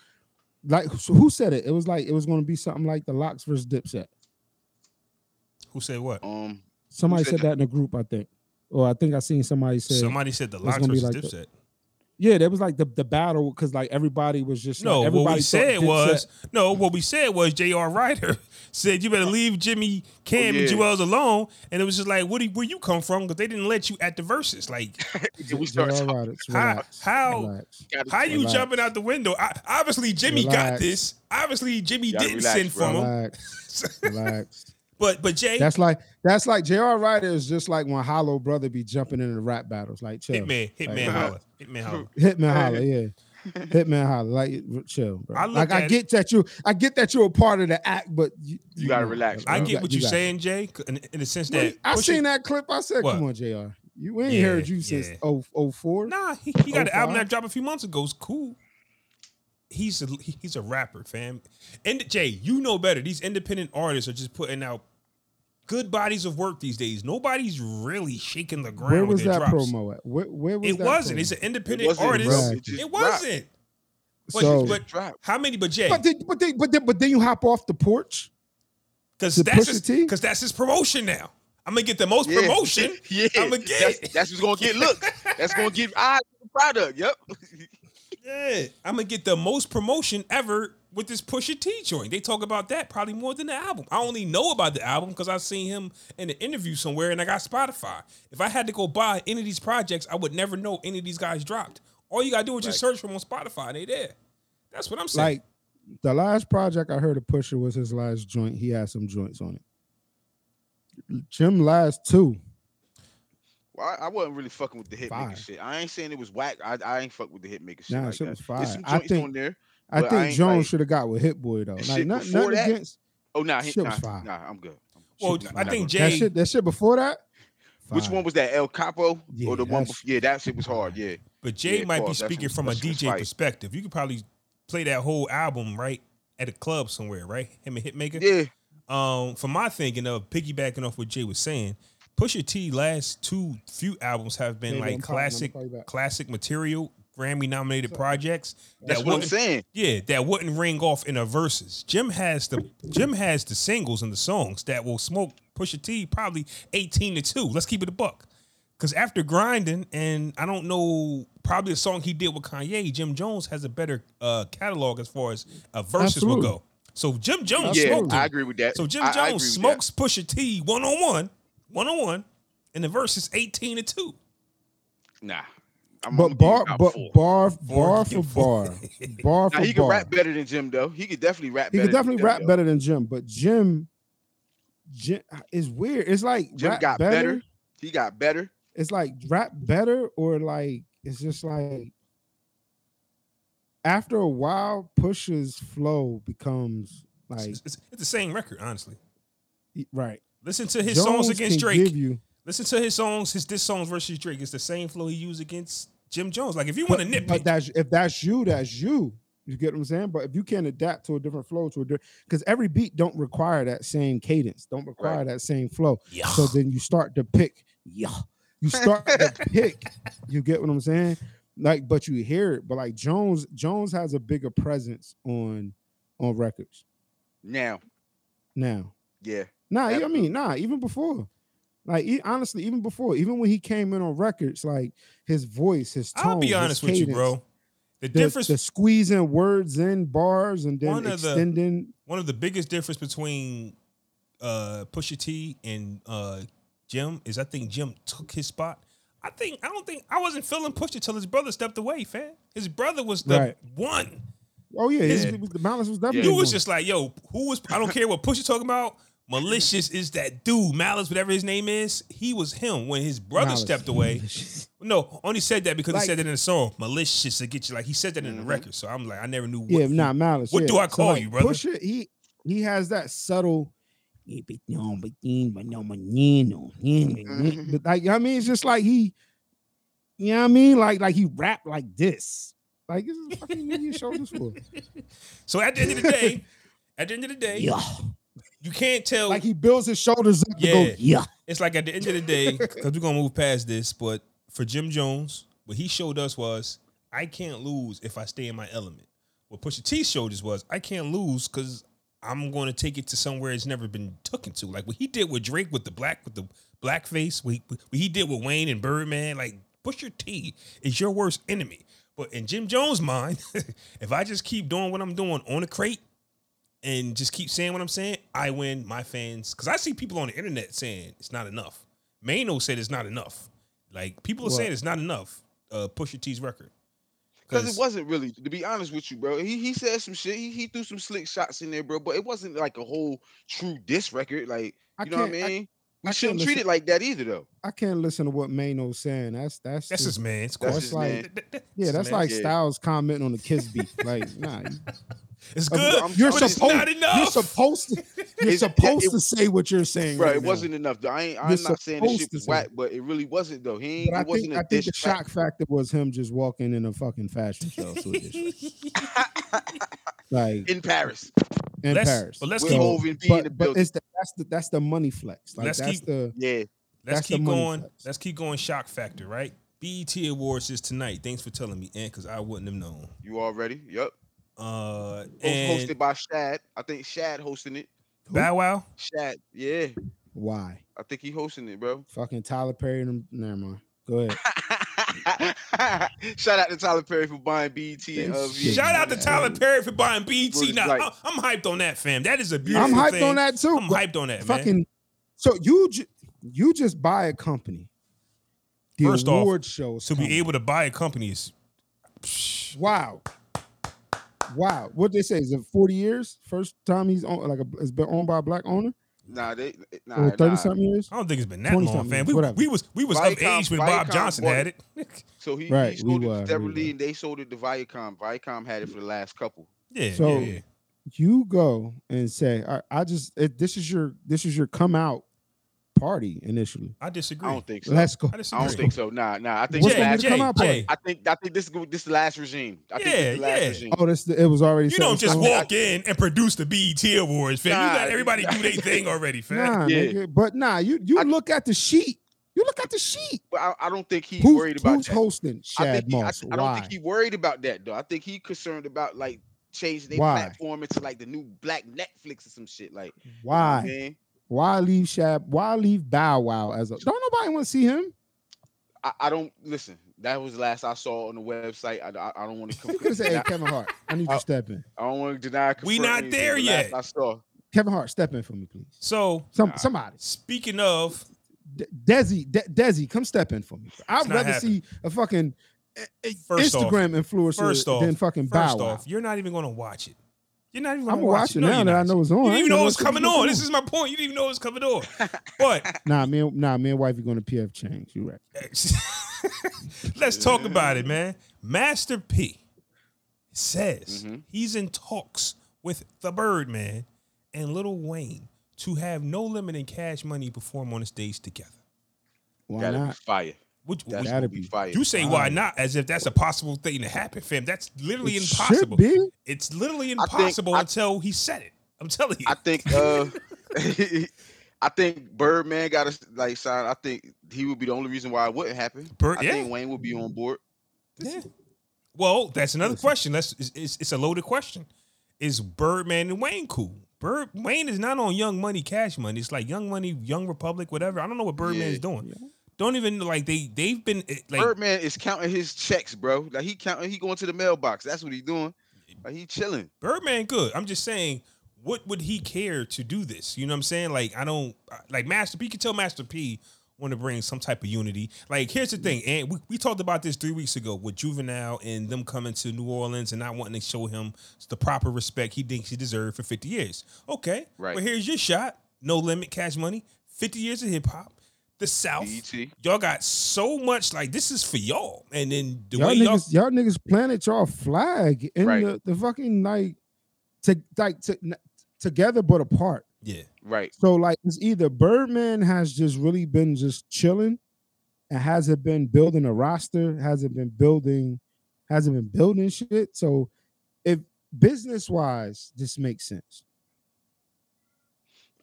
like so who said it? It was like it was going to be something like the Locks versus Dipset.
Who said what?
Um,
Somebody
said
said that? in a group, I think, or I think I seen somebody say.
Somebody said the
it's
locks
gonna be
versus
like
Dipset.
that. Yeah, there was like the, the battle because like everybody was just
No,
like, everybody
what we
thought
said
Dipset-
was no. What we said was J.R. Ryder said you better leave Jimmy Cam
yeah.
and Jewels alone, and it was just like, what do where you come from? Because they didn't let you at the verses. Like
and we start
J.R.
talking.
Rodgers,
how-
relax,
how-
relax.
how you
Relax.
jumping out the window? I, obviously Jimmy got
Relax.
this. Obviously Jimmy
Y'all
didn't
relax,
send from him.
Relax, relax.
But but Jay
That's like that's like J.R. Ryder is just like when Hollow Brother be jumping into the rap battles, like chill.
Hitman Hitman
Like,
holla Hitman holla.
Hitman holler, yeah. Hitman holler, like r- chill, bro.
I look
like
at
I
it-
get that you, I get that you're a part of the act, but you,
You gotta relax,
I
bro.
get
got-
what you're
got-
saying, Jay, in, in the sense
When-
that
I
Pusha-
seen that clip. I said,
What?
"Come on, Jr. You we ain't
Yeah,
heard you since
yeah.
oh oh four.
Nah, he, he got an album that dropped a few months ago. It's cool. He's a he's a rapper, fam. And Jay, you know better. These independent artists are just putting out good bodies of work these days. Nobody's really shaking the ground.
Where
with
was
their
that
drops.
promo at? Where, where was
It
that
wasn't.
promo?
It's an independent
It wasn't,
artist.
bro.
Right.
It just
It
dropped.
wasn't. But,
So-
but
Dropped.
how many? But Jay,
But then, but then, but then, but then you hop off the porch.
because
the
that's
Pusha
his,
T?
because that's his promotion now. I'm gonna get the most
Yeah.
promotion.
Yeah,
I'ma get
that's,
it.
that's what's gonna get. Look, that's gonna get eyes to the product. Yep.
Yeah, I'm gonna get the most promotion ever with this Pusha T joint. They talk about that probably more than the album. I only know about the album because I seen him in an interview somewhere, and I got Spotify. If I had to go buy any of these projects, I would never know any of these guys dropped. All you gotta do is just search for them on Spotify, and they there. That's what I'm saying.
Like the last project I heard of Pusher was his last joint. He had some joints on it. Jim last two.
Well, I, I wasn't really fucking with the hitmaker
Fire.
shit. I ain't saying it was whack. I, I ain't fuck with the hitmaker shit.
Nah,
like
shit
that.
was fire.
There's some
I
joints
think-
on there.
I
But I
think
ain't
Jones
like-
should have got with Hit Boy though.
That
Like
shit
not,
before
nothing
that?
against
Oh, nah, he,
Shit
nah,
was fire.
nah, I'm good. I'm-
Well,
shit was
I
not
think
good.
Jay.
that shit. That shit before that.
Which
Fire.
one was that El Capo
Yeah,
or the one?
that's-
before? Yeah, that shit was hard. Yeah,
But Jay
Yeah,
might be
pause. That's
speaking
what's-
from a
that's what's
DJ
right.
perspective. You could probably play that whole album right at a club somewhere, right? Him and Hitmaker.
yeah.
Um, from my thinking of piggybacking off what Jay was saying, Pusha T last two few albums have been
Baby,
like
I'm calling, I'm
classic,
calling you back.
classic material, Grammy nominated projects.
That's
that
what I'm
wouldn't-
saying.
Yeah, that wouldn't ring off in a verses. Jim has the Jim has the singles and the songs that will smoke Pusha T probably eighteen to two. Let's keep it a buck. Cause after grinding, and I don't know, probably a song he did with Kanye, Jim Jones has a better uh, catalog as far as uh, verses
Absolutely.
will go. So Jim Jones
Yeah,
smoked
I
him.
agree with that.
So Jim
I- I agree with
Jones
that.
smokes Pusha T one on one, one on one, and the verse is eighteen to two.
Nah, I'm,
But
I'm
bar,
about
but
four.
bar,
Four,
bar
give
for
four.
bar, bar
Nah, he
for
can
bar.
rap better than Jim though. He could definitely rap.
He
better
could definitely
than Jim,
rap
though.
better than Jim, but Jim, Jim is weird. It's like
Jim
rap
got better. He got better.
It's like rap better, or like it's just like after a while, Pusha's flow becomes
It's,
like
it's- it's the same record, honestly.
he- right.
Listen to his
Jones
songs against
can
Drake.
give you-
Listen to his songs, his diss songs versus Drake. It's the same flow he used against Jim Jones. Like if you want to
but,
nitpick,
but that's if that's you, that's you. You get what I'm saying? But if you can't adapt to a different flow, to a different because every beat don't require that same cadence, don't require
Right.
that same flow.
yeah.
So then you start to pick. Yeah. You start to pick. You get what I'm saying? Like, but you hear it. But like Jones, Jones has a bigger presence on on records
Now,
now.
yeah,
Nah, I
Absolutely.
mean, nah, even before. Like e- honestly, even before, even when he came in on records, like his voice, his tone,
I'll be
his
honest with you,
cadence,
bro. The,
The,
difference,
the squeezing words in bars and then
One of the-
extending.
one of the biggest difference between uh, Pusha T and uh, Jim is I think Jim took his spot. I think I don't think I wasn't feeling Pusha till his brother stepped away, fam. His brother was the
Right.
one.
oh yeah, his-
Yeah.
the balance was definitely.
You was
gone.
just like, yo, who was? I don't care what Pusha talking about. Malicious is that dude, Malice, whatever his name is. He was him when his brother
Malice.
stepped away. No, only said that because he
Like- Mm-hmm.
said that in the song. Malicious to get you, like he said that in the record. So I'm like, I never knew. What
yeah,
he-
not malice.
what
yeah.
do I call
like,
you, brother?
Pusha, he he has that subtle. "Yeah, but no, but then, but no, but then, no, then, but then." But, like, you know what I mean, it's just like he, you know what I mean, like like he rap like this. Like this is fucking what you showed us for.
So at the end of the day, at the end of the day,
Yeah,
you can't tell.
like he builds his shoulders up. Yeah,
Yeah.
go, yeah.
it's like at the end of the day, because we're gonna move past this. But for Jim Jones, what he showed us was I can't lose if I stay in my element. What Pusha T showed us was I can't lose because I'm going to take it to somewhere it's never been taken to. Like what he did with Drake with the black with the blackface, what he, what he did with Wayne and Birdman. Like Pusha T is your worst enemy. But in Jim Jones' mind, if I just keep doing what I'm doing on the crate, and just keep saying what I'm saying, I win my fans. Because I see people on the internet saying it's not enough. Mano said it's not enough. Like people are
What?
saying it's not enough. Uh, Pusha T's record.
because it wasn't really. To be honest with you, bro, he he said some shit. He, he threw some slick shots in there, bro, but it wasn't like a whole true diss record. Like
I
you know what I
can't- I-
mean?
I
we shouldn't
can't
treat it
listen-
like that either, though.
I can't listen to what Mano's saying. That's that's
That's
just,
his man. It's
That's
course.
his
like-
man.
yeah, that's
man.
like
Yeah.
Styles commenting on the Kiss beat. Like, nah,
It's good.
I'm-
you're
but
it's
supposed
not
you're
enough.
supposed to you're
It-
supposed
it-
to say what you're saying.
Bro,
right
it
now.
wasn't enough. Though. I ain't,
You're
I'm not saying this
supposed
shit
to
was
say
whack, but it really wasn't though. He ain't,
But I
it wasn't
think,
a
I think
diss
the
track.
shock factor was him just walking in a fucking fashion show. So it is right. like
in Paris.
in
Let's-
Paris.
but let's
Will
keep-
Hovind be in the
but, but
building.
it's the, that's the that's the money flex. Like
Let's
that's
keep-
the
Yeah,
Let's
That's the
keep
money
going.
flex.
Let's keep going. Shock factor, right? BET Awards is tonight. Thanks for telling me, Ant, because I wouldn't have known.
you all ready? Yep.
Uh,
Host- hosted
and
by Shad. I think Shad hosting it.
Bow Wow.
Shad. Yeah,
why
I think he hosting it, bro.
fucking Tyler Perry. And, never mind. Go ahead.
Shout out to Tyler Perry for buying BET. And, uh,
Thanks.
VH1.
Shout out to Tyler Perry for buying BET.
Well,
Now
like-
I- I'm hyped on that, fam. That is a beautiful
I'm hyped
thing.
on that too.
I'm
but
hyped on that, man.
fucking. So you ju- you just buy a company. The
First off,
award shows
to be able to buy a company is. Psh,
Wow. Wow. What they say is it 40 years? First time he's on like a, it's been owned by a black owner
Nah, they nah,
or 30
nah.
something years?
I don't think it's been that
20
long,
something,
fam. We,
whatever.
we was we was of
Viacom-
age when Bob
Viacom
Johnson
bought
had it.
So he,
Right,
he
we
sold it
were,
to
we
Deborah Lee
were.
and they sold it to Viacom. Viacom had it for the last couple.
yeah,
So-
yeah, yeah.
You go and say, I, I just it, this is your this is your come out party initially.
I disagree.
I don't think so.
Let's go.
I
I
disagree.
don't think so. Nah, nah. I think
What's
the
gonna
last,
be the come out party?
I think I think this is go- this the last regime. I think this
Yeah,
is the last
yeah.
regime.
Oh, this it was already
You don't
set
just
in stone?
walk in and produce the BET Awards, fam. you
Nah,
got everybody do their thing already, fam.
Nah,
Yeah.
nigga, but nah, you you
I-
look at the sheet. You look at the sheet.
But I, I don't think he's
Who's,
worried about
who's
that.
hosting
I,
Shad
think he, I,
Moss?
I don't
Why?
think he worried about that though. I think he concerned about like changing their
Why?
platform into like the new black Netflix or some shit. Like you know what I'm
Why?
saying?
Why leave Shad? Why leave Bow Wow as a? Don't nobody want to see him.
I, I don't listen. That was the last I saw on the website. I, I, I don't want to.
You could have said, "Hey, Kevin Hart, I
Uh,
need you to step in.
I don't want to deny. or
We
confirm
not
anything,
there
but last
yet.
I saw.
Kevin Hart, step in for me, please.
So
Some
Nah.
somebody,
speaking of,
De- Desi, De- Desi, come step in for me. I'd
not
rather
happening.
see a fucking eh, eh,
First off-
Instagram influencer
first off-
than fucking Bow
first
Wow.
off, you're not even gonna watch it. You're not even
I'm
gonna
gonna watch it
No,
now
you're
that I
not.
know it's on.
You
I
didn't
ain't
even know
gonna
it was
watch it
coming
before
on.
it
This
on.
is my point. You didn't even know it was coming on. But
Nah, me and nah, me and wifey going to PF change. You right?
let's talk about it, man. Master P says
Mhm.
he's in talks with the Birdman and Little Wayne to have No Limit and Cash Money perform on the stage together.
Why
That'd be
not?
fire.
Which,
That's
That'd
gonna be
be-
fire.
you say why
Wow.
not? As if that's a possible thing to happen, fam. That's literally
It should
impossible.
be.
It's literally
think-
impossible
I-
until he said it. I'm telling you.
I think uh I think Birdman got us like sign. I think he would be the only reason why it wouldn't happen.
Bird-
I
yeah.
think Wayne would be on board.
Yeah. Well, that's another
Listen.
question. That's it's, it's, it's a loaded question. Is Birdman and Wayne cool? Bird Wayne is not on Young Money, Cash Money. It's like Young Money, Young Republic, whatever. I don't know what Birdman
Yeah.
is doing.
Yeah.
Don't even like they they've been eh, like
Birdman is counting his checks, bro. Like he counting, he going to the mailbox. That's what he doing. Like he chilling.
Birdman good. I'm just saying, what would he care to do this? You know what I'm saying? Like I don't like Master P. You can tell Master P. Want to bring some type of unity? Like here's the thing, and we, we talked about this three weeks ago with Juvenile and them coming to New Orleans and not wanting to show him the proper respect he thinks he deserved for 50 years. Okay,
Right.
Well, here's your shot. No limit, cash money. 50 years of hip hop. The South.
BET.
Y'all got so much. Like this is for y'all. And then the
y'all
way y'all
niggas, y'all niggas planted y'all flag in
Right.
the, the fucking like, to like to, n- together but apart.
yeah.
Right.
So like, it's either Birdman has just really been just chilling, and hasn't been building a roster, hasn't been building, hasn't been building shit. So if business wise, this makes sense.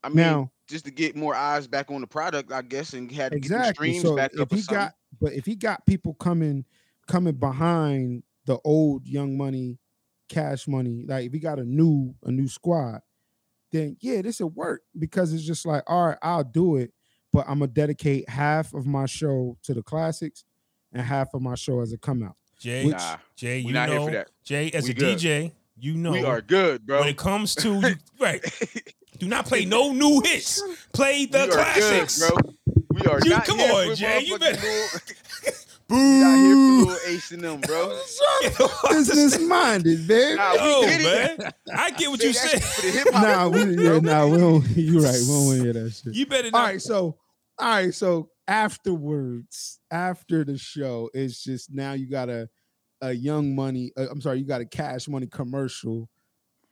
I mean,
Now,
just to get more eyes back on the product, I guess, and had to get the
exactly.
streams
So
back
if
up. or
he
something.
got, but if he got people coming, coming behind the old Young Money, Cash Money, like if he got a new, a new squad, then yeah, this would work because it's just like, all right, I'll do it, but I'm gonna dedicate half of my show to the classics, and half of my show as a come out.
Jay,
Which-
nah,
Jay,
we're
you
not
know,
here for that.
Jay, as
We
a
good.
DJ, you know,
We are good, bro.
when it comes to you, right, do not play no new hits. Play
we
the
are
classics.
good, bro. We are
You-
not
come
here
on,
for
Jay, you
motherfucking
better-
little-
Boo.
not here for little Ace and them, bro.
Business minded, baby.
Nah, we
Yo,
get it.
man, I get what you
Say that shit
say.
for the hip hop.
Nah, we, yeah, nah, we don't. You right. We don't want to hear that shit.
You better
all
not.
right so all right so afterwards after the show it's just now you got a a young money uh, i'm sorry you got a cash money commercial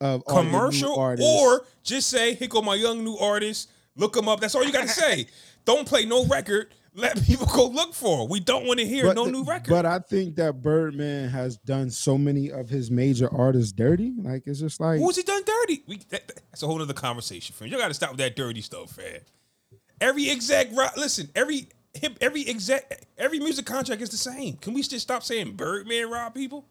of all your new
Commercial
artists.
or just say, here go my young new artist. Look them up. That's all you got to say. Don't play no record. Let people go look for it. We don't want to hear no
the-
new record.
But I think that Birdman has done so many of his major artists dirty. Like it's just like
Who's he done dirty? We, that, that's a whole other conversation, fam. You got to stop with that dirty stuff, fam. Every exec, ri- listen, every hip, every exec, every music contract is the same. Can we just stop saying Birdman rob people?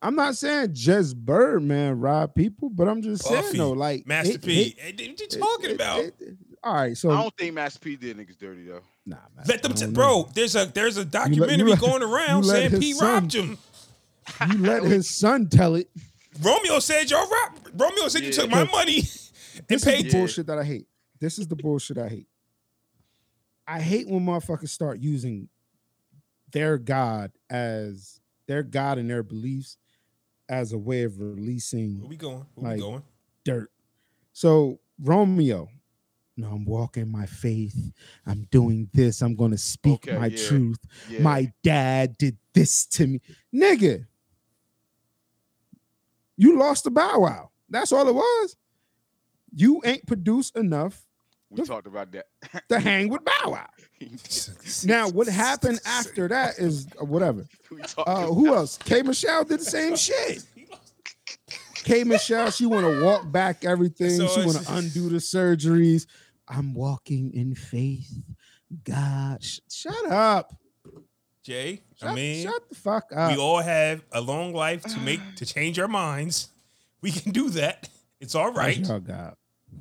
I'm not saying just Birdman rob people, but I'm just saying
Buffy,
though, like
Master
it-
P,
it-
eh, what you
it-
talking
it-
about?
it- it- all right, so
I don't think Master P did niggas dirty though.
nah, man,
let them,
I
t-
don't
bro. There's a there's a
you let-
documentary going around
you let
saying
his
P
son-
robbed him.
know. You let his son tell it.
Romeo said y'all robbed. Romeo said you
Yeah.
took my money and
This is the
paid.
Yeah.
bullshit that I hate. This is the bullshit I hate. I hate when motherfuckers start using their God as their God and their beliefs as a way of releasing
Where we going? Where
Like-
we going?
dirt. So Romeo, no, I'm walking my faith. I'm doing this. I'm gonna speak
Okay,
my
yeah,
truth.
Yeah.
My dad did this to me, nigga. You lost the bow wow. That's all it was. You ain't produced enough
we talked about that.
to hang with Bow Wow. Now, what happened after that is uh, whatever.
we talked
Uh,
about-
who else? K Michelle did the same shit. K Michelle, she want to walk back everything.
So
she
it's-
want to undo the surgeries. I'm walking in faith. God, sh- shut up.
Jay,
Shut,
I mean,
shut the fuck
we
Ah.
up.
all have a long life to make to change our minds. We can do that. It's all
That's
right.
Y'all God.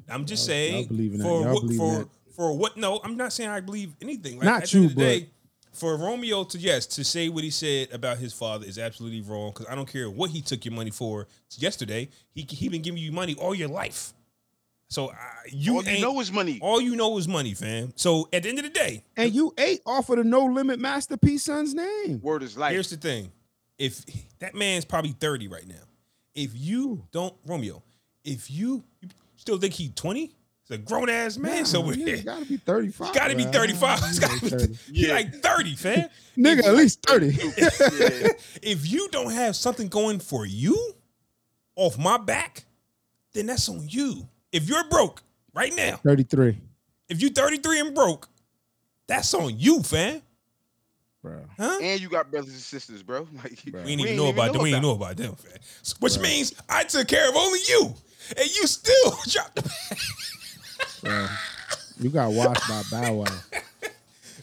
I'm just
Y'all- y'all
saying
believe in that.
for
Y'all
what
believe in
for
that.
for what? No, I'm not saying I believe anything. Like,
Not
at the end
you,
of the day, for Romeo to yes to say what he said about his father is absolutely wrong because I don't care what he took your money for yesterday. He he been giving you money all your life. So uh, you
all you
ain't-
know is money.
all you know is money, fam. So at the end of the day,
And you ate off of the No Limit Masterpiece son's name.
Word is life.
Here's the thing. If that man's probably 30 right now. If you don't, Romeo, if you, you still think he 20, it's a grown ass man
Nah,
somewhere.
yeah, you
You
gotta be 35.
gotta be
bruh.
35. It's
You
gotta be
30.
He like 30, fam.
Nigga, at least 30.
yeah.
if you don't have something going for you off my back, then that's on you. If you're broke right now,
33.
if you 33 and broke, that's on you, fam.
Bro.
Huh?
And you got brothers and sisters, bro. Like
Bruh.
We ain't even
ain't
know
even
about them. We ain't
about-
know about them, fam. So- Which means I took care of only you, and you still dropped the.
bro. You got washed by Bow Wow.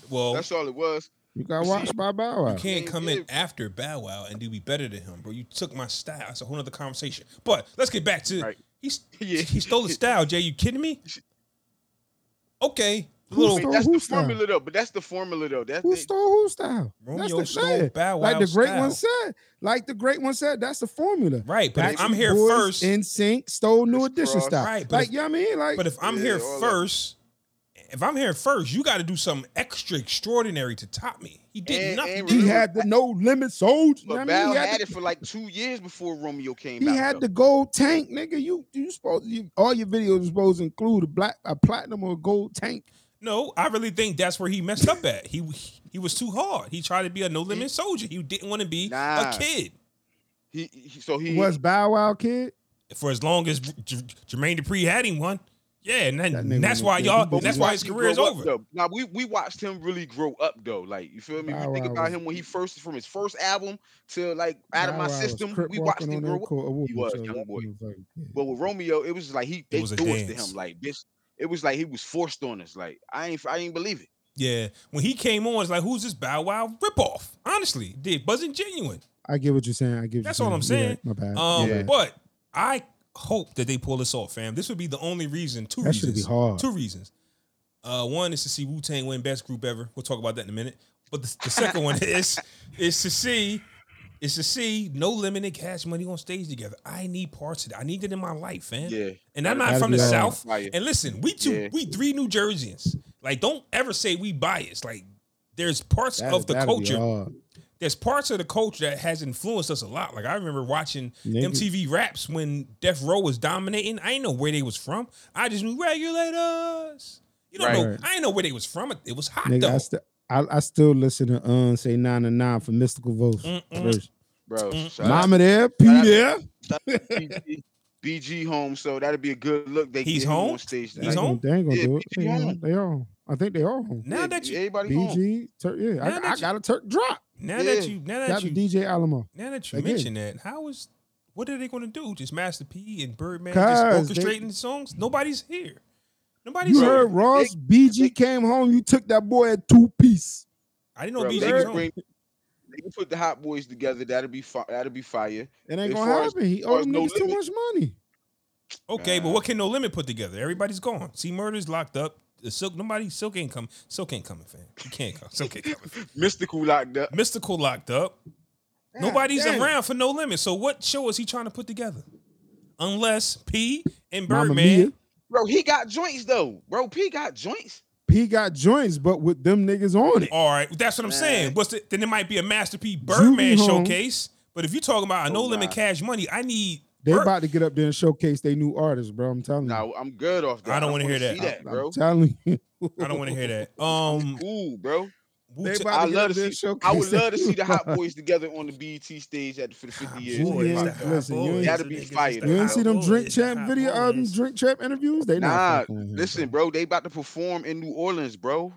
Well,
That's all it was.
You got washed by Bow Wow.
you can't come in
Yeah.
after Bow Wow and do be better than him, bro. You took my style. That's a whole other conversation. But let's get back to
Right.
he's
Yeah.
he stole the style. Jay, you kidding me? Okay,
Who
little
I mean,
stole
that's the
whose style?
formula though. But that's the formula though. That's
Who
the,
stole whose style?
Romeo
that's the
stole
thing.
Bow
Like the
Wow's
great one
style.
said. Like the great one said. That's the formula.
right. But if I'm
Backstreet
here
Boys,
first,
NSYNC stole New
Criss
Edition
Cross.
style.
Right, but
like
if-
you know what I mean. Like
but if I'm
Yeah,
here
all that.
first, if I'm here first, you got to do something extra extraordinary to top me. He did
And-
nothing.
and
he
different.
remember-
had the no limit soldier.
but
I mean?
Val
He
had
had,
it
the,
for like two years before Romeo came
he
out.
had
though.
the gold tank, nigga. You you supposed you, all your videos are supposed to include a black a platinum or a gold tank.
No, I really think that's where he messed up at. He he was too hard. He tried to be a no limit soldier. He didn't want to be
Nah.
a kid.
he, he- so he
Was Bow Wow kid?
For as long as J- J- Jermaine Dupri had him one, yeah, and, then-
That nigga
that's
was
why
a kid.
y'all.
He was
That's
a-
why his
watched him
career is
grow up,
over.
though. Now we, we watched him really grow up though. Like you feel me?
Bow
we think
Wow
about
was-
him when he first from his first album to like out of
Bow
my
Wow was
system.
crip
We watched
walking
him
on that
grow up.
court. Oh,
He was,
so
young
that
boy.
motherfucker, yeah.
But with Romeo, it was just like he they
was a
do it to
dance.
him. Like this, it was like he was forced on us. Like I ain't I ain't believe it.
Yeah, when he came on, it's like who's this Bow Wow ripoff? Honestly, it wasn't genuine.
I get what you're saying. I get.
That's
what
all
you're
I'm
You're
saying.
right. My bad.
Um,
My
Yeah.
bad.
but I hope that they pull this off, fam. This would be the only reason. Two
That should
reasons.
be hard.
Two reasons. Uh, one is to see Wu Tang win Best Group Ever. We'll talk about that in a minute. But the, the second one is is to see is to see No Limit and Cash Money on stage together. I need parts of that. I need it in my life, man.
Yeah.
And I'm not
That'd
from
be
the
hard.
South.
Fire.
And listen, we two,
Yeah.
we three New Jerseyans. Like, don't ever say we biased. Like, there's parts
That-
of the
that'd be
culture
hard.
there's parts of the culture that has influenced us a lot. Like I remember watching
Nigga.
MTV Raps when Death Row was dominating. I ain't know where they was from. I just knew regulators. You don't know.
Right.
I ain't know where they was from. It was hot
Nigga,
though.
I, st- I, I still listen to um say nine to nine for mystical votes.
Mm-mm.
First.
bro.
Mm.
shout out
Mama there, P
Shout out-
there.
to BG, BG home, so that'd be a good look. They
He's
get him
home?
on stage.
He's
tonight.
home?
They ain't gonna
Yeah,
do it.
P.G.
They,
home.
all- they all. I think they are home.
Now
Yeah,
that you
everybody home.
BG, Turk, yeah,
Now
I,
that
I
you-
got a Turk drop.
now
Yeah.
that you now that
Got
you
a DJ Alamo.
now that you
Again.
mention that, how is what are they going to do? Just Master P and Birdman
Cause
just
they-
orchestrating songs? Nobody's here. Nobody's
You
here.
heard Ross? BG came home. You took that boy at two piece.
I didn't know
Bro,
BG
they
was
can
on.
bring- they can put the hot boys together. That'll be fi- that'll be fire.
It ain't
As
gonna
far as-
happen. He
far
owed
as
them
no
niggas too
limit.
much money.
Okay, but what can No Limit put together? Everybody's gone. See, Murder's locked up. The Silk, nobody. Silk ain't coming. Silk ain't coming, fam. You can't come. Silk ain't coming.
Mystical locked up.
Mystical locked up.
God
Nobody's
damn.
around for No Limit. So what show is he trying to put together? Unless P and
Mamma Mia.
Birdman.
Bro, he got joints though. Bro, P got joints.
P got joints, but with them niggas on it.
All right, that's what I'm
Man.
saying. What's the, then it might be a Master P
Juvie
Birdman
Home.
showcase. But if you're talking about a
Oh,
No Limit
God.
Cash Money, I need.
They
Bird-
about to get up there and showcase their new artists, bro. I'm telling you.
Nah, I'm good off that.
I don't
want
wanna
to
hear that.
See that,
Hmm. I'm
bro.
telling you.
I don't want to hear that. Um,
Ooh, bro.
They
Wu-Tang-
about
I
to get
love
up
to
there and
see-
showcase
I would
their
love to
new
see the Hot
artists.
Boys together on the BET stage at for the 50 years.
boys,
Oh, my
that-
God.
listen, you ain't-
That'd be fire.
You ain't see them
Hot
drink
boys,
champ
hot
video
boys.
um drink champ interviews? They
Nah,
not fucking with him,
listen,
bro.
bro. They about to perform in New Orleans, bro.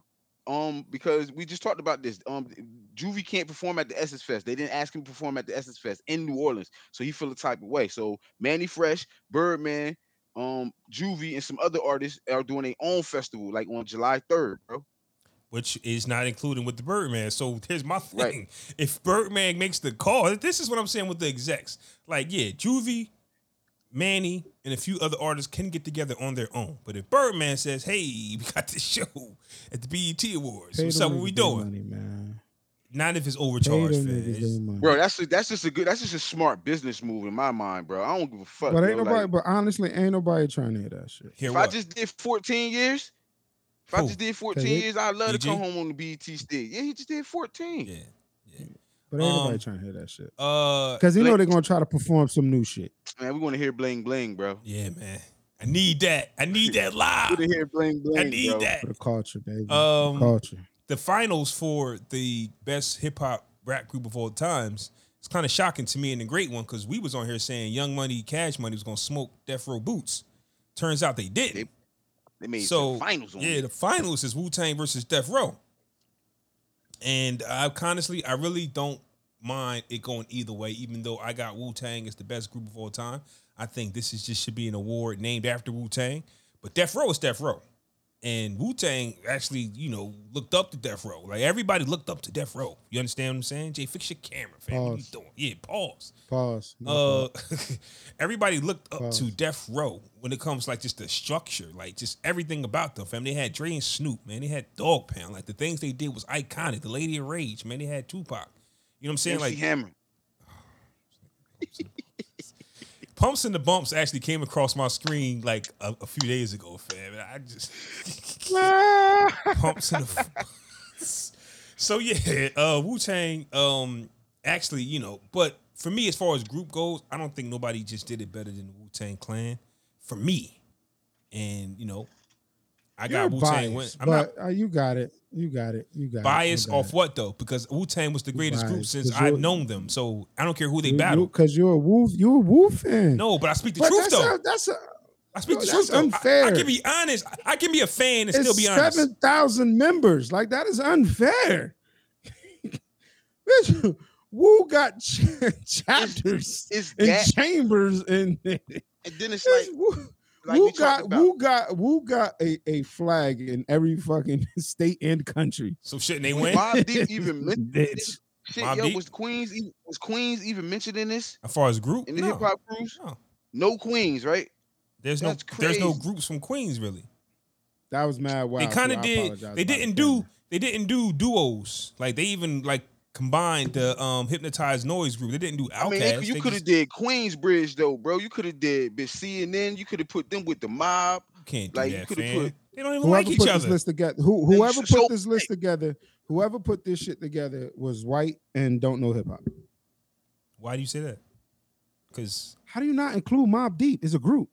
Um, because we just talked about this. Um, Juvie can't perform at the Essence Fest. They didn't ask him to perform at the Essence Fest in New Orleans, so he feel the type of way. So Manny Fresh, Birdman, um, Juvie, and some other artists are doing their own festival, like on July third, bro.
which is not including with the Birdman. So here's my thing:
Right.
if Birdman makes the call, this is what I'm saying with the execs. Like, yeah, Juvie, Manny, and a few other artists can get together on their own. But if Birdman says, "Hey, we got this show at the BET Awards.
Pay
What's
them
up? What we
niggas their
doing?"
money, man.
Not if it's
Pay them
overcharged. fam.
niggas their money.
Bro, that's a, that's just a good. That's just a smart business move in my mind, bro. I don't give a fuck.
But
yo,
ain't nobody.
like,
but honestly, ain't nobody trying to hear that shit.
Here
if I
what?
just did 14 years, if I
Who?
just did 14
Kendrick?
years, I'd love to
DG?
come home on the BET stage. Yeah, he just did 14.
yeah, yeah.
But ain't
Um,
nobody trying to hear that shit.
Uh,
Cause you know
Blake-
they're gonna try to perform some new shit.
Man, we want to hear bling bling, bro.
yeah, man. I need that. I need that
We
live.
want to hear bling bling.
I need
bro.
that.
For the culture, baby.
Um,
culture.
the finals for the best hip hop rap group of all times. It's kind of shocking to me and a great one because we was on here saying Young Money, Cash Money was gonna smoke Death Row Boots. Turns out they didn't.
They made
So,
the finals on
yeah,
it.
the finals is Wu Tang versus Death Row, and I honestly, I really don't mind it going either way. Even though I got Wu Tang as the best group of all time, I think this is just should be an award named after Wu Tang. But Death Row is Death Row and Wu Tang actually, you know, looked up to Death Row. Like everybody looked up to Death Row. You understand what I'm saying? Jay, fix your camera, fam. What you
Pause.
doing? Yeah, pause.
Pause. My
Uh,
fault.
everybody looked up to
Pause.
Death Row when it comes like just the structure, like just everything about them, fam. They had Dre and Snoop, man. They had Dog Pound. Like the things they did was iconic. The Lady of Rage, man. They had Tupac. You know what I'm saying?
MC
Like
Hammer.
Pumps and the Bumps actually came across my screen like a, a few days ago, fam. And I just pumps in the. so yeah, uh, Wu Tang. Um, actually, you know, but for me, as far as group goes, I don't think nobody just did it better than the Wu Tang Clan for me. And you know, I
You're
got Wu Tang.
biased,
I'm not
but uh, you got it. You got it. You got it.
biased
You got
off
it.
what though, because Wu Tang was the greatest group
biased,
since
'cause
I've
you're-
known them. So I don't care who they
You- you,
battle.
because you're a wolf. You're a wolf fan.
No, but I speak the
but
truth
that's
though.
A, that's a,
I speak the
Yo,
truth
that's
though. I- I,
unfair.
can be honest. I, I can be a fan and still
it's
be honest.
seven thousand members. Like that is unfair. Bitch, Wu got ch- chapters
It's
and
that.
chambers and Wu
And then it's like, like we
got
got,
Wu got Wu got a, a flag in every fucking state and country.
So shouldn't they win?
Mob Deep even mentioned
Bitch.
shit,
Mobb
yo.
Deep?
Was Queens even, was Queens even mentioned in this
As far as group,
in the
no.
hip hop cruise?
No.
No Queens, right?
There's no
That's
there's no
crazy.
groups from Queens really.
That was mad wild.
they kind
too.
of
I
did.
apologize
They
about
didn't
the
do
family.
they didn't do duos. Like they even like combined the um hypnotized noise group. They didn't do
I mean,
outcasts.
they- you
They
could have
just-
did Queensbridge though, bro. You could have did bitch CNN. You could have put them with the mob.
you can't do
like, you
that,
coulda
fam.
put-
they don't even
Whoever
like
put
each
this
other.
list together, who, whoever
so-
put this list together, whoever put this shit together was white and don't know hip hop.
Why do you say that? Because
How do you not include Mob Deep as a group?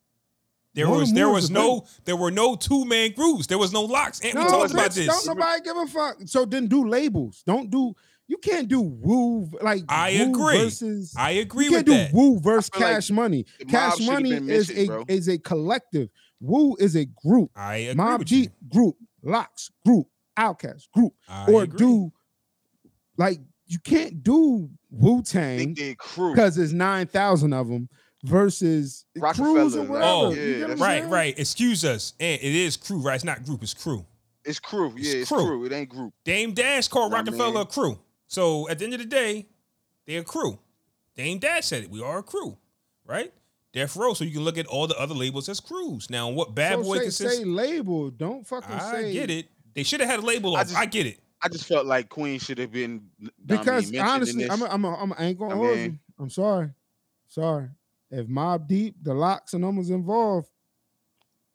there
Warner
was there
Moore's
was
a
no there were no two man groups. There was no locks. And we
No,
talked about
bitch,
this.
don't nobody give a fuck. So then do labels. Don't do. You can't do Woo v- like
I
Wu
agree.
versus.
I agree
you can't
with
do
that.
Woo versus
I feel like
Cash Money.
the mob
Cash
shoulda
Money
been
is
mentioned,
a
bro.
is a collective. Woo is a group.
I agree
Mob
with
Deep
you.
group. Locks group, Outcast group,
I
or
agree.
do like you can't do Wu Tang
They did crew.
because there's nine thousand of them versus
Rockefeller,
crews or
like,
whatever.
oh,
You get what I'm
that's
Right,
saying?
right. Excuse us. And it is crew, right? It's not group, it's crew.
It's crew.
It's
Yeah, it's
crew.
crew. It ain't group.
Dame Dash called
Nah,
Rockefeller
man.
a crew. So at the end of the day, they're a crew. Dame Dash said it. We are a crew, right? Death Row. So you can look at all the other labels as crews. Now, what Bad
So
Boy
say,
consists
say label. Don't fucking
I
say
get it. They should have had a label
I
off.
just-
I get it.
I just felt like Queen should have been
Because
I mean,
honestly, I'm a,
a,
I'm a, I'm a, I ain't gonna
I
hold you.
mean-
I'm sorry, sorry. If Mob Deep, the Locks, and them was involved,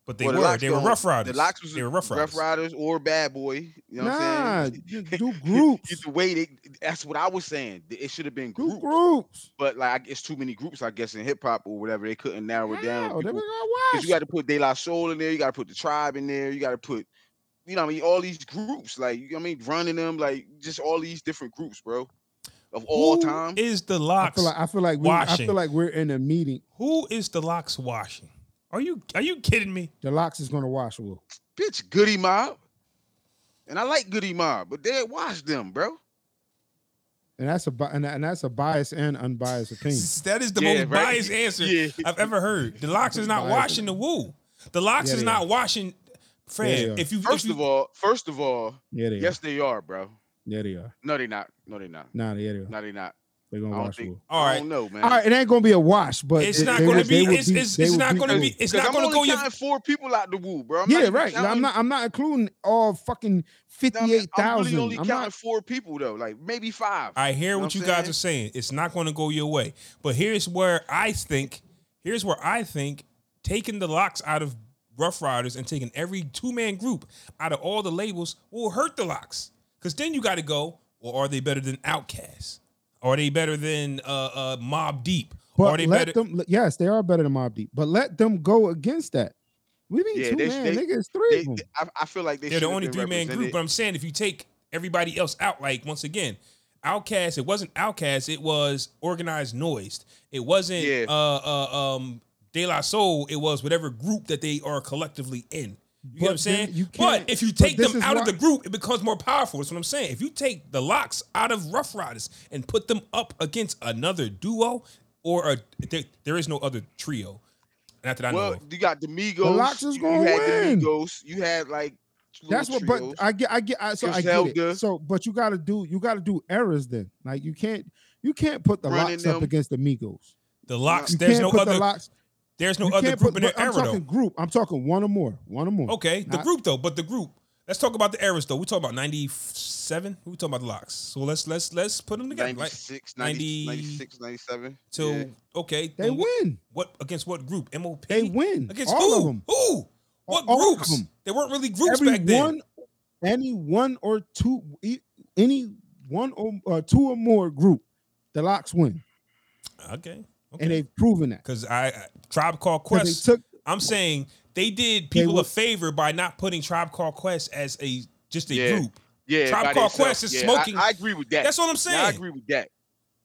But they
Well, the
were.
Locks
They were
gone.
Rough Riders.
the Locks was
they were Rough Riders.
or Bad Boy. You know what
nah,
I'm saying?
you do
You-
groups,
the way they, that's what I was saying. It should have been
do
group,
groups.
but like it's too many groups, I guess, in hip hop or whatever. They couldn't narrow it down.
How?
People-
They were not
Because you got
washed.
to put De La Soul in there. You got to put the tribe in there. You got to put, you know, what I mean, all these groups. Like, you know what I mean, running them, like just all these different groups, bro, of all
Who
time.
is the
I
Locks?
feel like I feel like we, I
washing.
feel like we're in a meeting.
who is the Locks washing? Are you Are you kidding me?
The Locks is gonna wash Will.
Bitch, Goody Mob. And I like Goody Mob, but they watch them, bro.
And that's a bi- and, and that's a biased and unbiased opinion.
That is the
Yeah,
most
right?
biased answer
Yeah.
I've ever heard. The Locks is not
Biased.
washing the woo. The Locks
Yeah,
is
they
not washing.
Yeah, they
Fred,
are.
if you
First
if you,
of all, first of all,
Yeah, they
yes, they are, bro.
are. Yeah, they are.
No, they not. No, they not.
Nah, yeah, they are.
No, they not.
They're
I
gonna
don't
wash
think-
Will.
all
I
right,
don't know, man.
All right, it ain't gonna be a wash, but
It's
it-
not
they
gonna
would- they
be-
would
it's- it's-
they
it's
would
not gonna
Will.
be- it's
'Cause
not
I'm
gonna
only
go your-
counting four people out the woo, bro. I'm not
yeah,
even
right. I'm
counting-
not. I'm not including all fucking
no, I mean,
fifty-eight
I'm really
thousand.
only
I'm
counting
not.
four people though, like maybe five.
I hear
know
what
what
you
I'm
guys
saying?
are saying. It's not going to go your way. But here's where I think. Here's where I think taking the locks out of Rough Riders and taking every two man group out of all the labels will hurt the locks. Because then you got to go. Well, are they better than Outkast? Are they better than uh, uh, Mob Deep? are
But
they
let
better?
them. Yes, they are better than Mob Deep. But let them go against that. We mean
Yeah,
two
they-
man
they-
niggas, three
They,
of them.
I, I feel like they
They're the
should've
only
been
three man group.
represented.
But I'm saying if you take everybody else out, like once again, Outcast, it wasn't Outcast, it was organized noise. It wasn't
Yeah.
uh, uh um De La Soul, it was whatever group that they are collectively in. You know what I'm
But then
saying?
you
but
can't-
if you
but
take
this
them
is
out of
why-
the group, it becomes more powerful. That's what I'm saying. If you take the locks out of Rough Riders and put them up against another duo or a there, there is no other trio. Not that I know
Well,
of.
you got the Migos.
Locks is
you
gonna
had
win.
the Migos. You had like two
That's what.
little
But
uh,
trios.
I get. I get. I, so I get it.
Griselda.
So, but you gotta do. You gotta do errors then. Like you can't. You can't put the
Running
locks up
them.
against the Migos.
The locks,
You
there's
can't
no
put the
other
locks.
there's no
you
other
can't
group
put,
in their
but I'm
era though.
talking group. I'm talking one or more. One or more.
Okay, the
Not-
group though, but the group. Let's talk about the eras though. We talking about ninety seven. We talking about the locks. So let's let's let's put them together. Right?
96, 90,
90
96, 97.
So
yeah.
okay,
They
then what-
win.
What against what group? MOP.
They win.
against
all
who?
of them.
Who? What
All of
groups?
them.
They weren't really groups
every
back then.
one, any one or two, e- any one or uh, two or more group, the locks win,
okay,
and
okay.
they've proven that.
Because I, I Tribe Called
'Cause
Quest.
they took
I'm saying they did
They
people
were-
a favor by not putting Tribe Called Quest as a just a
Yeah.
group.
yeah,
Tribe
by
Called
themselves.
Quest is
yeah,
smoking.
I, I agree with that.
That's all I'm saying.
Yeah, I agree with that.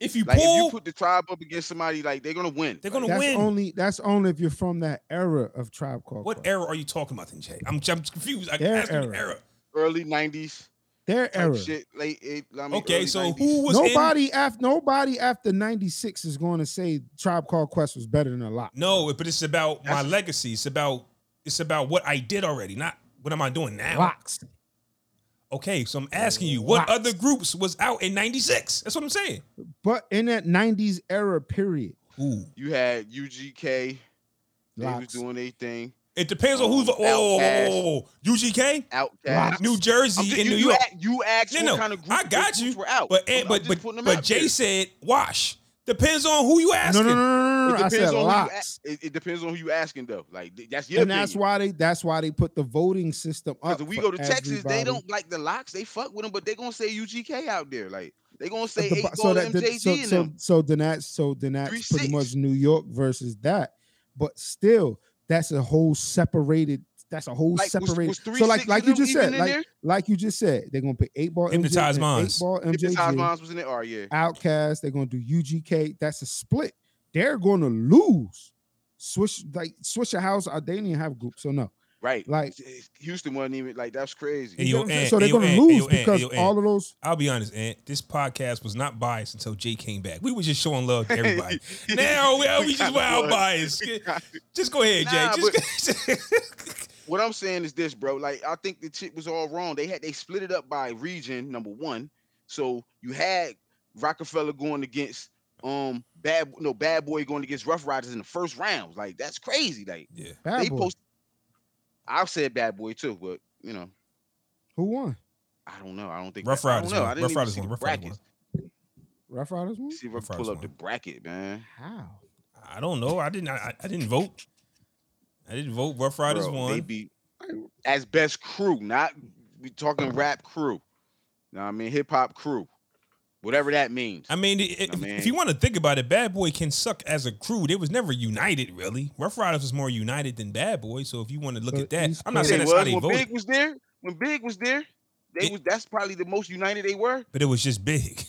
If you
Like
pull,
if you put the tribe up against somebody, like they're gonna win.
they're gonna
that's
win.
only that's only if you're from that era of tribe called.
what
Quest.
era are you talking about, then, Jay? I'm, I'm confused. I
Their
asked you the
era.
era.
Early nineties
Their
type
era.
shit. Late eight. I mean,
Okay,
early
so
90s.
who was in-
Nobody after nobody after '96 is going to say tribe called Quest was better than a lot.
No, but it's about my
That's-
legacy. It's about it's about what I did already, not what am I doing now.
Locks.
Okay, so I'm asking you, what
Lots.
other groups was out in '96? That's what I'm saying.
But in that '90s era period,
Ooh.
you had UGK? They was
locks.
doing their thing.
It depends on who's.
Um,
Oh, whoa, whoa, whoa,
Outkast.
whoa, whoa. UGK,
Outcast.
Locks.
New
I'm
Jersey,
just-
and
you,
New
you
York.
a- you asked
No,
what
no,
kind of group
I got
those
you.
groups were out.
But and,
I'm- I'm
but
just
but,
putting them
but
out
Jay
there.
said wash. Depends on who you
No,
asking.
no, no, no, no,
It
no. I
depends
said
on who you
locks.
a- it, it depends on who you asking though. Like th- that's your
and that's
opinion.
why they that's why they put the voting system up.
Because if we
for
go to Texas,
everybody.
they don't like the locks. They fuck with them, but they gonna say UGK out there. Like they gonna
But
say
the
eight
bo-
ball
that-
MJG
so,
in
so,
them.
so then that's so then
Three
that's pretty much
six.
New York versus that. But still, that's a whole separated. That's a whole
Like was-
separated.
was three
so like
six
like
in
you
them
just
even
said
in
like
there?
like you just said they're gonna put eight ball MJ,
Hypnotize
and
Minds.
eight ball
If Taj
MJG,
Miles was in there, oh yeah.
Outcast. They're gonna do UGK. That's a split. They're gonna lose. Swish like Swisher House. uh, They didn't even have groups, so no.
Right.
Like
Houston wasn't even like that's crazy.
Hey,
you
yo,
know what I'm saying?
Ant,
so they're
hey, yo,
gonna
Ant, hey,
lose
yo, Ant, hey,
because
yo, Ant.
all of those
I'll be honest, Ant. This podcast was not biased until Jay came back. We were just showing love to everybody. now well, we just wild
was.
biased. Just go ahead,
Nah,
Jay. Just
What I'm saying is this, bro. Like I think the shit was all wrong. They had they split it up by region. Number one, so you had Rockefeller going against um bad no bad boy going against Rough Riders in the first round. Like that's crazy. Like
yeah.
bad
they
boys.
post. I said bad boy too, but you know
Who won?
I don't know. I don't think
Rough
I don't
Riders
know.
won.
I didn't
Rough
even
Riders
see
won.
the
Rough Riders
brackets.
Rough Riders won?
See if I
Rough
can
Riders
pull up the
won.
bracket, man.
How?
I don't know. I didn't. I, I didn't vote. I didn't vote. Rough Riders
Bro,
won.
They be as best crew, not we talking rap crew. Now I mean hip hop crew, whatever that means.
I mean, i- if,
mean-
if you want to think about it, Bad Boy can suck as a crew. They was never united, really. Rough Riders was more united than Bad Boy. So if you want to look
But
at that,
East
I'm not
Coast-
saying
They
that's how
was,
they
when
voted,
Big was there, when Big was there, they
It-
was that's probably the most united they were.
but it was just big.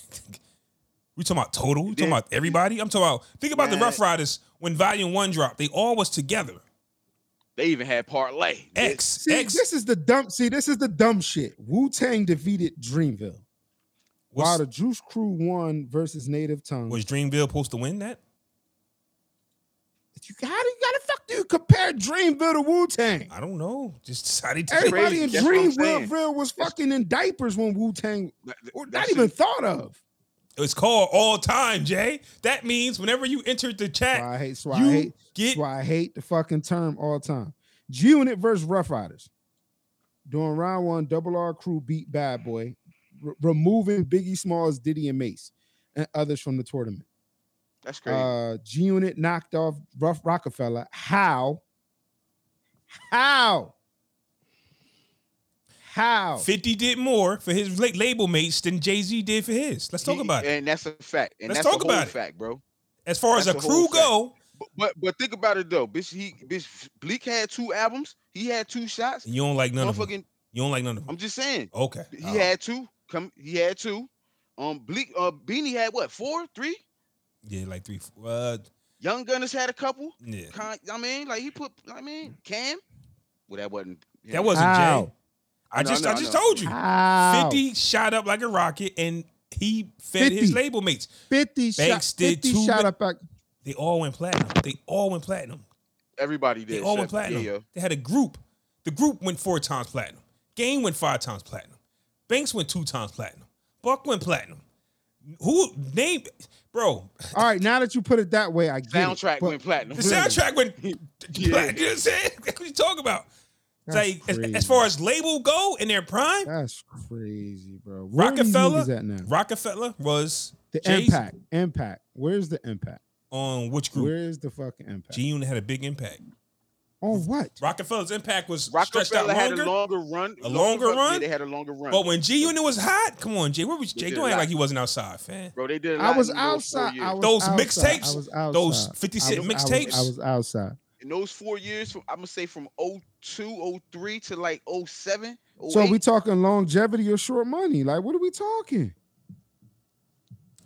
we talking about total. We
It
talking
did.
about everybody. I'm talking about. Think about the
Man.
Rough Riders when Volume One dropped. They all was together.
They even had parlay.
X
See,
X
this is the dumb. See, this is the dumb shit. Wu Tang defeated Dreamville. While
was,
the Juice Crew won versus Native Tongue.
was Dreamville supposed to win that?
you, how do you gotta fuck do you compare Dreamville to Wu Tang?
I don't know. Just decided to.
Everybody
crazy.
in
That's what I'm
Dreamville
saying.
Ville was fucking in diapers when Wu Tang
Th- th-
or not
that's
even
it.
thought of.
It's called all time, Jay. That means whenever you entered the
That's why
chat,
I hate. That's why I
you
hate.
get
That's why I hate the fucking term all time. G Unit versus Rough Riders. During round one, Double R Crew beat Bad Boy, re- removing Biggie Smalls, Diddy, and Mace, and others from the tournament.
That's crazy.
Uh, G Unit knocked off Rough Rockefeller. How? How? How?
50 did more for his la- label mates than Jay Z did for his. Let's talk
He-
about it.
And that's a fact. And
Let's
that's
talk
a whole
about it.
fact, bro.
As far as a
that's the
crew
whole
go,
But, but but think about it though. Bitch, he bitch Bleak had two albums. He had two shots.
you don't like none of them.
Motherfucking,
You don't like none of them.
I'm just saying.
Okay.
He
Uh,
had two. Come, he had two. Um, Bleak, uh, Beanie had what? Four, three.
Oh, yeah, like three. four- Uh,
Young Gunners had a couple.
yeah.
Con, I mean, like he put. I mean, Cam. Well, that wasn't. him.
That wasn't Jay.
How?
I
know,
just,
I
I
know, I
just
know.
told you.
How?
50 shot up like a rocket and he fed
50.
his label mates.
50 shot,
Banks did
50
two
shot
mi-
up. At,
They all went platinum. They all went platinum.
Everybody
They
did.
all went
except-
platinum.
Yeah, yeah.
They had a group. The group went four times platinum. Game went five times platinum. Banks went two times platinum. Buck went platinum. Who name, bro?
all right, now that you put it that way, I get
Soundtrack
it, but
went platinum.
The soundtrack went
Yeah.
black. You know what I'm saying? What you talking about? It's
That's
like as, as
crazy.
far as label go in their prime,
That's crazy, bro. Where are these
Rockefeller?
niggas at now?
Rockefeller was
The
Jay-Z.
impact. Impact. Where's the impact?
on which group?
Where is the fucking impact?
G Unit had a big impact.
On what?
Rockefeller's impact was stretched out
Rockefeller had
longer.
a longer run.
A longer
yeah,
run?
they had a longer run.
but when G Unit was hot, come on, Jay, where was Jay?
did
Don't
a
act
lot.
like he wasn't outside, fan.
bro, they did. a
I
lot
was
in those four
outside.
years.
I was
Those
outside.
mixtapes?
I was
Those
outside.
50
I
Cent
was- I was-
mixtapes?
I was outside.
in those four years, from, I'm gonna say from 02, 03 to like 07,
So
08,
we talking longevity or short money? Like, what are we talking?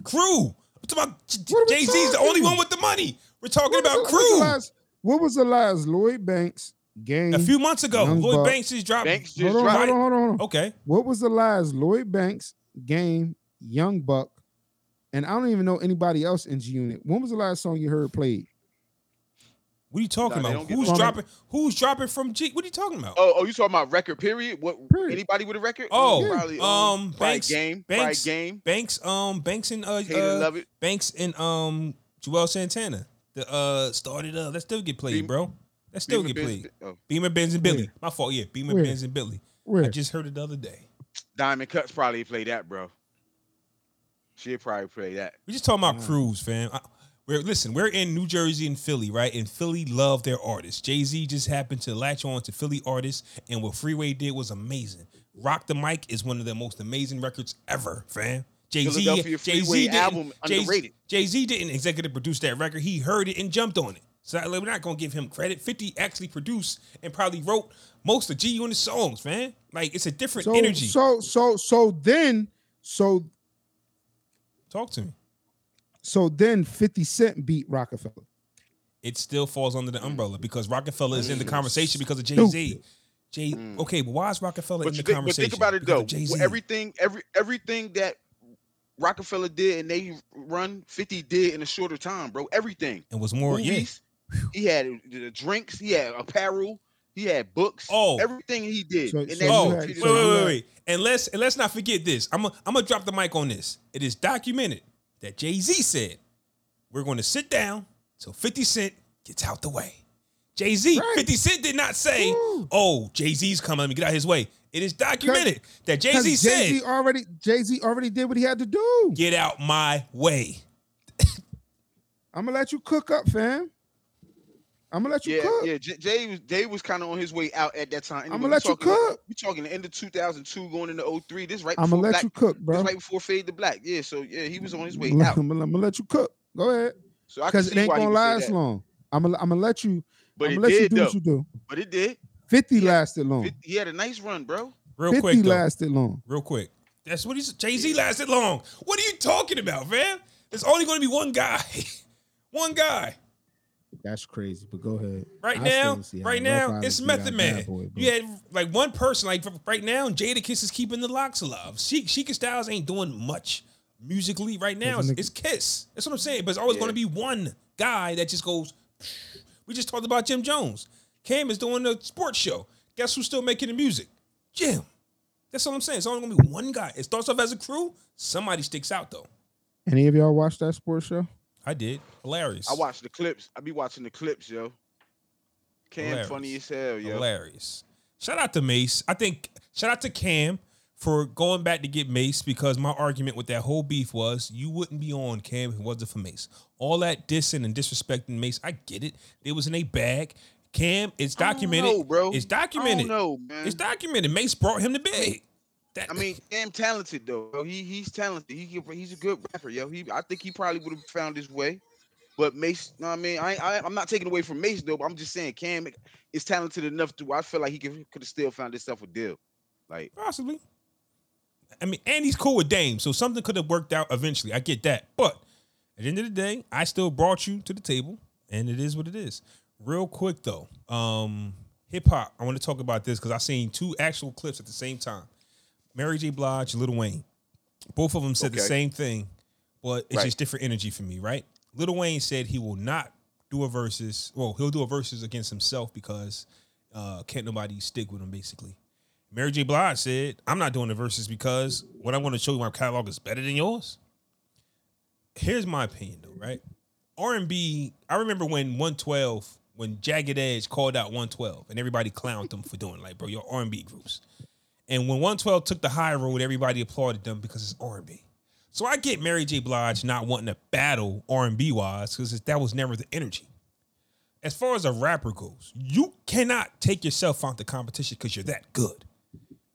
Crew. I'm talking
What are
about
we
Jay Z's the only
talking?
one with the money. We're talking
What was
about
the- what was the
crew.
last- What was the last Lloyd Banks game?
A few months ago,
Young
Lloyd
Buck.
Banks is dropping.
Banks just
hold, on,
dropped.
hold on, hold on, hold on.
Okay,
What was the last Lloyd Banks game? Young Buck, and I don't even know anybody else in G Unit. When was the last song you heard played?
what are you talking
Nah, they
about?
don't get
Who's
no-
dropping? Who's dropping from G? What are you talking about?
Oh, oh, you talking about record period? What
Period.
anybody with a record?
Oh,
probably,
um,
probably
Banks-
game,
Banks-
probably game.
Banks, um, Banks and uh,
Hate
uh
it, love it.
Banks and um Joel Santana. The uh started up. That still get played,
Beam-
bro. That still
Beamer
get
Benz-
played.
oh,
Beamer Benz and
Where?
Billy. My fault, yeah. Beamer
Where?
Benz and Billy. I
Where?
just heard it the other day.
Diamond Cuts probably played that, bro. She'll probably play that.
We just talking about
Wow.
crews, fam. I, we're listen, we're in New Jersey and Philly, right? And Philly love their artists. Jay-Z just happened to latch on to Philly artists, and what Freeway did was amazing. Rock the Mic is one of the most amazing records ever, fam. Jay-Z,
Philadelphia Freeway
Jay-Z
album
Jay-Z,
underrated.
Jay-Z didn't executive produce that record. He heard it and jumped on it. So like, we're not gonna give him credit. 50 actually produced and probably wrote most of G Unit's songs, man. Like it's a different
So,
energy.
so, so, so then, so,
Talk to me.
so then, Fifty Cent beat Rockefeller.
it still falls under the
Mm.
umbrella because Rockefeller is in the conversation because of Jay Z. Jay, okay, but why is Rockefeller
Mm. But,
in the
you think, but
conversation?
think about it
Because
though.
of Jay-Z.
Well, Everything, every everything that Rockefeller did and they run Fifty did in a shorter time, bro. Everything.
and was more yeah.
Movies. He had the drinks. He had apparel. He had books.
Oh.
everything he did.
So-
and
so
that
Oh,
you
was
had-
wait,
treated
wait,
as-
so you
wait,
had-
wait. And let's and let's not forget this. I'm i I'm gonna drop the mic on this. It is documented that Jay Z said we're going to sit down till 50 Cent gets out the way. Jay Z,
Right.
50 Cent did not say,
Woo.
"Oh, Jay Z's coming, let me get out his way." It is documented that Jay Z said,
Jay-Z already Jay-Z already did what he had to do.
"Get out my way."
I'm gonna let you cook up, fam. I'm gonna let you
Yeah,
cook.
yeah. J- Jay was Jay was kind of on his way out at that time.
I'ma
we
let you
talking about-
cook.
we talking the end of 2002, going into 03. This right.
I'm
before
gonna let
Black,
you cook,
This
bro.
right before Fade to Black. Yeah. So yeah, he was on his way
I'm
out.
gonna, I'm gonna let you cook. Go ahead,
So I can
because it
see
ain't
why he
gonna
would say
last
that.
long. I'm gonna, I'm gonna let you.
But
I'm
it
gonna let you
did
do
though.
what you do.
But it did.
Fifty
Yeah.
lasted long.
Fif- He had a nice run, bro.
Real
Fifty
quick, though.
lasted long.
Real quick. That's what he's Jay Z lasted long. What are you talking about, man? There's only going to be one guy, one guy.
That's crazy. But go ahead.
Right now, right now, it's Method Man. you had like one person, like right now, Jada Kiss is keeping the locks alive. She Sheikah Styles ain't doing much musically right now. It's,
Doesn't it-
it's Kiss. That's what I'm saying. But it's always
Yeah.
going to be one guy that just goes. "Psh." We just talked about Jim Jones. Cam is doing the sports show. Guess who's still making the music? Jim. That's all I'm saying. It's only gonna be one guy. It starts off as a crew. Somebody sticks out though.
Any of y'all watch that sports show?
I did. Hilarious.
I watched the clips. I be watching the clips, yo. Cam
Hilarious.
funny as hell, yo.
Hilarious. Shout out to Mace. I think shout out to Cam for going back to get Mace because my argument with that whole beef was you wouldn't be on Cam if it wasn't for Mace. All that dissing and disrespecting Mace, I get it. It was in a bag. Cam, it's
I don't
documented.
know, bro.
It's
I
documented.
don't know, man.
It's documented. Mace brought him to big. That,
I mean, damn talented though. Yo, He he's talented. He can- he's a good rapper, yo. He I think he probably would have found his way. But Mace, know what I mean, I, ain't- I I'm not taking away from Mace though. But I'm just saying Cam is talented enough to. I feel like he could could have still found himself a deal. Like
Possibly. I mean, and he's cool with Dame, so something could have worked out eventually. I get that. But at the end of the day, I still brought you to the table, and it is what it is. Real quick though, um, hip hop. I want to talk about this because I seen two actual clips at the same time. Mary J. Blige, and Lil Wayne. Both of them said the
Okay.
same thing, but it's
Right.
just different energy for me, right? Lil Wayne said he will not do a versus. Well, he'll do a versus against himself because uh, can't nobody stick with him, basically. Mary J. Blige said, I'm not doing the verses because what I'm going to show you my catalog is better than yours. Here's my opinion though, right? R&B, I remember when 112, when Jagged Edge called out 112 and everybody clowned them for doing it. like, bro, your R&B groups. And when 112 took the high road, everybody applauded them because it's R&B. So I get Mary J. Blige not wanting to battle R&B wise because that was never the energy. As far as a rapper goes, you cannot take yourself out the competition because you're that good.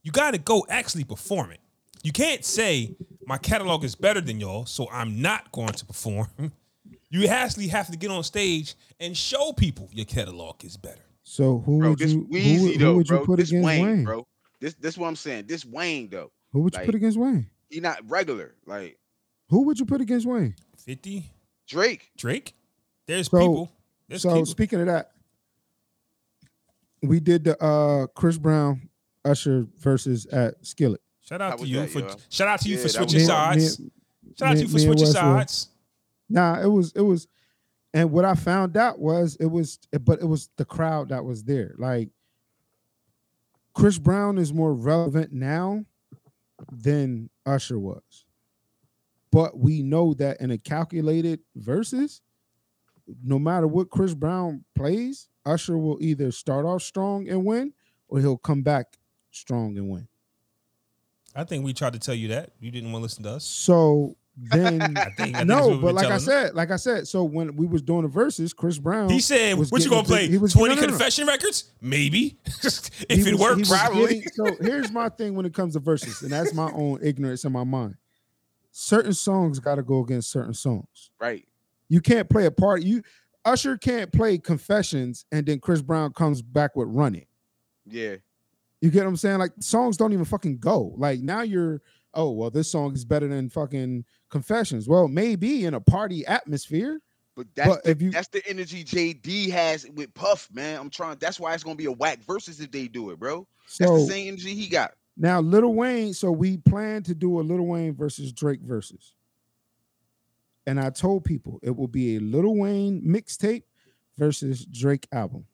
You got to go actually perform it. You can't say my catalog is better than y'all, so I'm not going to perform. You actually have to get on stage and show people your catalog is better.
So who
bro,
would
this
you
Weezy
who, would- who
though,
would you
bro.
put
this
against
Wayne,
Wayne?
bro. This this what I'm saying. This Wayne though.
Who would you
Like-
put against Wayne?
He not regular. Like
Who would you put against Wayne?
50
Drake.
Drake. There's
So-
people. There's
so
people.
speaking of that, we did the uh Chris Brown Usher versus at Skillet.
shout out
How
to
was
you
that,
for
yo?
shout out to you
Yeah,
for
that was
switching
hard.
sides.
Me-
shout out to
me-
you for
me and
switching
Wes were-
sides.
Nah, it was it was, and what I found out was it was, but it was the crowd that was there. Like Chris Brown is more relevant now than Usher was, but we know that in a calculated versus, no matter what Chris Brown plays, Usher will either start off strong and win, or he'll come back strong and win.
I think we tried to tell you that. You didn't want to listen to us.
So then.
I think, I think that's what
No,
we were
but like I
telling him.
said, like I said, so when we was doing the verses, Chris Brown,
He said,
was
"What you
getting
gonna
big-
play?
he was-
Twenty
no, no, no.
confession records? Maybe if
he
it
was- he
works.
was
probably.
getting- so here's my thing when it comes to verses, and that's my own ignorance in my mind. Certain songs got to go against certain songs.
Right.
You can't play a part. You Usher can't play Confessions, and then Chris Brown comes back with Run It.
Yeah.
You get what I'm saying? Like songs don't even fucking go. Like now you're oh well, this song is better than fucking Confessions. Well, maybe in a party atmosphere,
But that's
But
the,
if you-
that's the energy JD has with Puff, man. I'm trying. That's why it's gonna be a whack versus if they do it, bro. That's
So
the same energy he got.
now Little Wayne, so we plan to do a Little Wayne versus Drake versus. And I told people it will be a Little Wayne mixtape versus Drake album.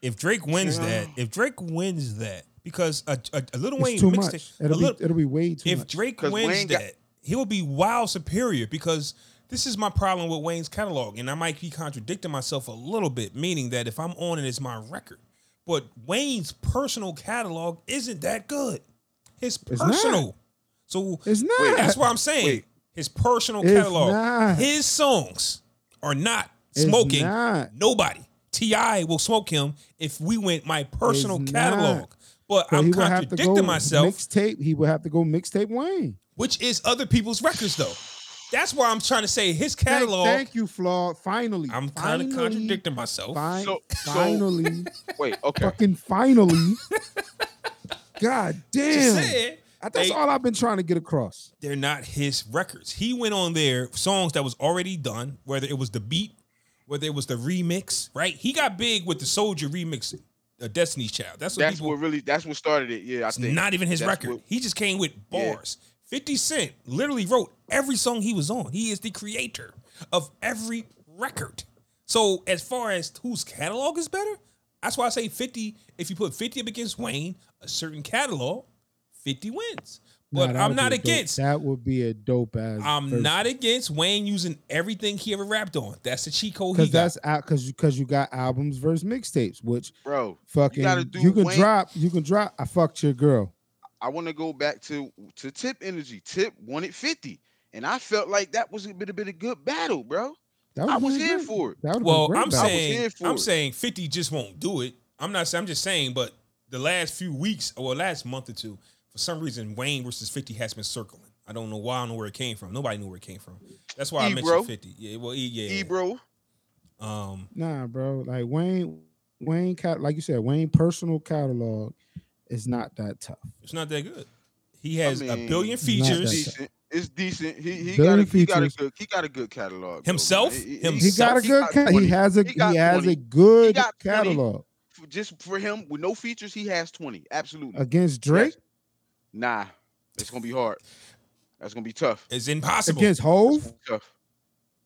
If Drake wins
Yeah.
that, if Drake wins that, because a, a, a Little
It's
Wayne
too much.
mixtape, a
It'll be,
Lil-
it'll be way too
if
much.
Drake
'Cause
wins
Wayne
that,
got-
he will be wild superior because this is my problem with Wayne's catalog, and I might be contradicting myself a little bit, meaning that if I'm on it, it's my record. But Wayne's personal catalog isn't that good. His
It's not.
personal, so
it's not.
Wait,
that's what I'm saying.
Wait.
His personal
It's
catalog,
not.
his songs are not
It's
smoking
not.
nobody. Ti will smoke him if we went my personal
It's
catalog.
not.
But
So
I'm
he would have to
contradicting
go
myself
Mixtape. He would have to go mixtape Wayne.
which is other people's records though. That's why I'm trying to say his
Thank-
catalog.
Thank, you, Flaw. Finally,
I'm kind of
Finally.
contradicting myself.
Fi-
So- so-
finally,
Wait, okay.
fucking finally. God
Just
damn.
said
That's
they-
all I've been trying to get across.
they're not his records. He went on there songs that was already done, whether it was the beat, whether it was the remix, right? He got big with the Soldier remix, uh, Destiny's Child. That's what
That's
people.
what really. That's what started it. Yeah, I
it's
think.
not even his
That's
record.
what-
he just came with
Yeah.
bars. 50 Cent literally wrote every song he was on. He is the creator of every record. So as far as whose catalog is better, that's why I say 50. If you put 50 up against Wayne, a certain catalog, 50 wins.
Nah,
But
that
I'm
would
not
be a dope-
against.
that would be a dope ass.
I'm not against Wayne using everything he ever rapped on. That's the cheat code he
because
got.
that's out because you because you got albums versus mixtapes, which
bro.
fucking
gotta
you,
do
can
Wayne-
drop. You can drop. I fucked your girl.
I want to go back to to Tip Energy. Tip wanted fifty, and I felt like that was a bit a bit of good battle, bro.
That
I
would've
was
been
here
great.
for it.
That would've been
Well,
great
I'm
battle.
I
saying
was here for
I'm
it.
saying 50 just won't do it. I'm not I'm just saying, but the last few weeks or last month or two, for some reason, Wayne versus 50 has been circling. I don't know why. I don't know where it came from. Nobody knew where it came from. That's why I
Ebro.
mentioned 50. Yeah, well, E- yeah.
Ebro,
Um,
Nah, bro. Like Wayne, Wayne, cat, like you said, Wayne personal catalog is not that tough.
it's not that good. He has a
mean,
billion
Not
features.
decent. It's decent. He he got
Very
a, he got a
features.
good he got a good catalog. though,
Himself?
man. He-
He
Himself?
got a
He
good.
got
ca- he
20.
has a.
He
He,
got
has
20.
a good
got 20.
catalog
F- Just for him with no features, he has twenty. Absolutely.
against Drake,
Nah, it's gonna be hard. That's gonna be tough.
It's impossible.
against
It's
Hove,
gonna be tough.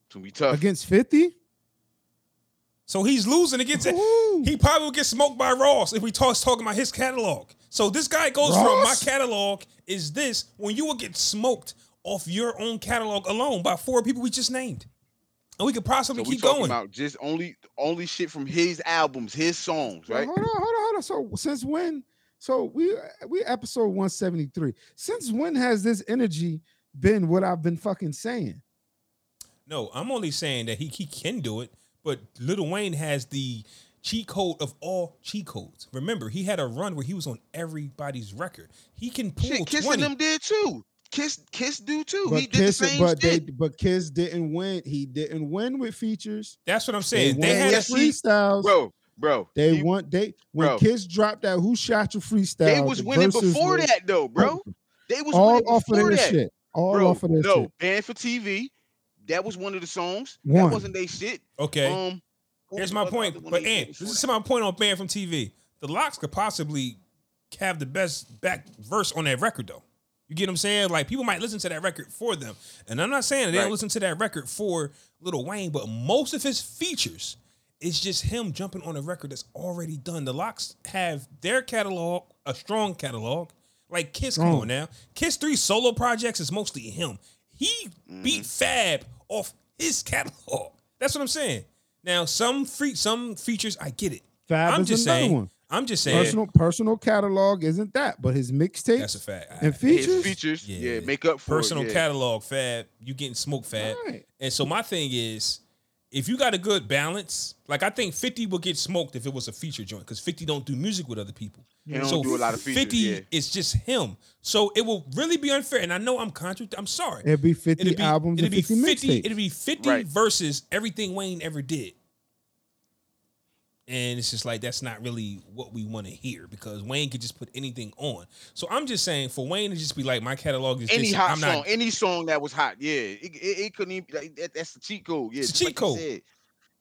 It's gonna be tough.
against Fifty.
So he's losing against it.
Ooh.
He probably would get smoked by Ross if we talk talking about his catalog. So this guy goes from my
Ross?
catalog is this when you will get smoked off your own catalog alone by four people we just named, and we could possibly
So we
keep
talking
going.
about just only only shit from his albums, his songs,
Well,
right?
Hold on, hold on, hold on. So since when? So we we episode one seventy three. Since when has this energy been what I've been fucking saying?
no, I'm only saying that he he can do it, but Lil Wayne has the cheat code of all cheat codes. Remember, he had a run where he was on everybody's record. He can pull
Shit, kissing
twenty.
them did too. Kiss, Kiss do too. he did
Kiss,
the same
but
shit.
they, but Kiss didn't win. He didn't win with features.
That's what I'm saying. They,
won
had
with
yes, he-
freestyles.
bro, bro.
They
he-
want they when
Bro.
Kiss dropped that Who Shot Your Freestyle.
they was
the
winning
verses
before
was
that though, bro. They was
all
winning
off of
before
their
that.
shit. All
bro,
off of their
no,
shit.
Band for TV. That was one of the songs.
One.
That wasn't they shit.
okay.
Um what
Here's
was
my
the other- other
point.
one
But
they did
Ant,
before
this is
that?
my point on Ban from TV. The locks could possibly have the best back verse on that record, though. You get what I'm saying? Like people might listen to that record for them. And I'm not saying that they don't
Right.
listen to that record for Little Wayne, but most of his features is just him jumping on a record that's already done. The locks have their catalog, a strong catalog. Like Kiss, come
Strong.
on now. Kiss three solo projects is mostly him. He beat Fab off his catalog. That's what I'm saying. Now, some free some features, I get it.
Fab
I'm
is
just
another
saying.
one.
I'm just saying.
Personal personal catalog isn't that, but his
that's a
mixtapes
fact.
and
His
features.
features,
Yeah.
yeah. make up for it,
personal
yeah.
catalog, Fab. You getting smoke, Fab.
Right.
And so my thing is, if you got a good balance, like I think 50 will get smoked if it was a feature joint, because 50 don't do music with other people.
He don't do a lot of features,
50
yeah.
is just him. So it will really be unfair. And I know I'm contradict. I'm sorry.
It'd be 50
It'd be,
albums
it'd
and
be
50,
50,
mixtapes.
it'd be 50
Right.
versus everything Wayne ever did. And it's just like that's not really what we want to hear because Wayne could just put anything on. So I'm just saying for Wayne to just be like, my catalog is
Any
this,
hot
I'm
song,
not.
any song that was hot, yeah, it, it, it couldn't even. Like, that, that's the cheat code. Yeah,
It's a
just
cheat
like you
code.
said.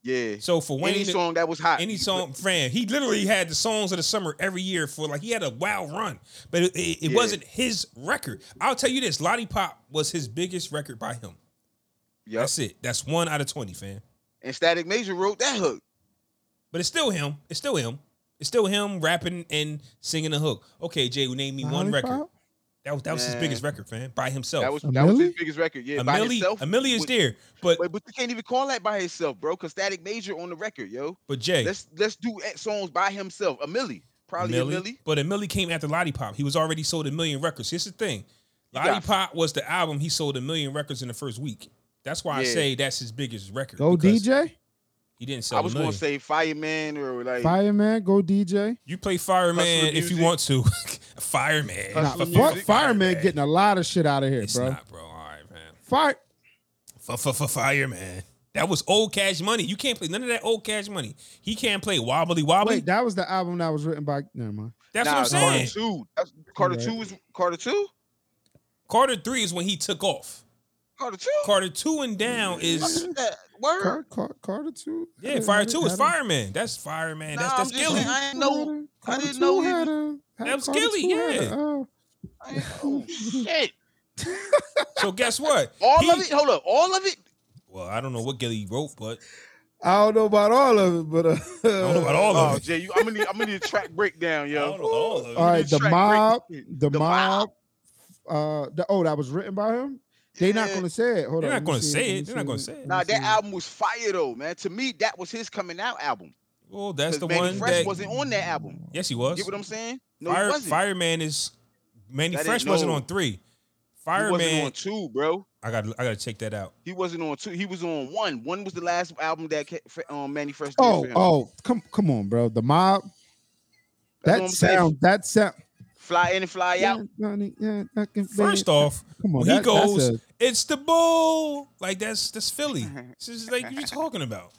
Yeah,
So for Wayne,
any
to-
song that was hot,
any
you could-
song, Fran. He literally had the songs of the summer every year for like he had a wild run, but it, it, it
Yeah.
wasn't his record. I'll tell you this: Lollipop was his biggest record by him.
Yup.
That's it. That's one out of twenty, fam.
And Static Major wrote that hook.
But it's still him. It's still him. It's still him rapping and singing the hook. Okay, Jay, name me one record.
Lollipop?
That was that was his
Nah.
biggest record, fam, by himself.
That was
A
that was his
Millie?
biggest record. Yeah, by
Amelie,
himself.
Amelie is
with-
there, but
Wait, but you can't even call that by himself, bro. Cause Static Major on the record, yo.
but Jay,
Let's let's do eh, songs by himself. A Millie, probably a Millie.
But a Millie came after Lollipop. He was already sold a million records. Here's the thing.
got-
Lollipop was the album he sold a million records in the first week. That's why I
Yeah.
say that's his biggest record.
Go
because
DJ,
He didn't sell
I
I
was
a million.
gonna say Fireman or like
fireman. Go DJ.
you play Fireman
Hustler
if you
Music.
want to. Fireman.
Hustler
Nah,
That's
For
Music.
fuck
fuck
fireman getting a lot of shit out of here,
It's
bro.
not, bro. All right, man.
Fire.
For, for, for Fireman. That was old cash money. You can't play none of that old cash money. He can't play wobbly wobbly.
Wait, that was the album that was written by. Never mind.
that's what
nah,
I'm saying.
Carter Two. That's, Carter
Right.
Two was Carter Two.
Carter three is when he took off.
Carter Two.
Carter two and down is
Fuck that word.
Car, Car, Carter two.
yeah. Fire two is fireman. That's fireman.
Nah,
that's
I'm
that's
just
Gilly.
saying, I didn't know. I didn't know he was-
That was Gilly, yeah.
I didn't- oh shit!
So guess what?
All
He-
of it. Hold up. All of it.
Well, I don't know what Gilly wrote, but
I don't know about all of it, but uh,
I don't know about all
Oh,
of it.
Jay, you, I'm gonna need, I'm gonna need a track breakdown,
I don't know
yo.
all of it.
all right, the
Track break.
mob, the,
The
mob, uh, the, oh, that was written by him. They not
Yeah.
gonna say it. Hold
They're not
on, let
gonna
me see
say it.
let me
They're not
see
gonna
let
say it.
me
Nah,
see.
that album was fire though, man. To me, that was his coming out album.
Well, that's
'Cause
the
Manny
one
Fresh
that.
wasn't on that album.
Yes, he was.
Get what I'm saying? No, he
Fire,
wasn't.
fireman is. Manny
That ain't-
Fresh wasn't
no.
on three.
he wasn't
Fireman.
on two, bro.
I got. to I got to check that out.
He wasn't on two. He was on one. One was the last album that ca- fr- um, Manny Fresh did
Oh,
for him.
oh, come, come on, bro. The mob.
That's
That
what I'm saying.
sound. That sound.
Fly in and fly out.
First off,
come
when
on.
he
that- that's
goes,
a-
it's the bull. Like that's that's Philly. This is like you talking about.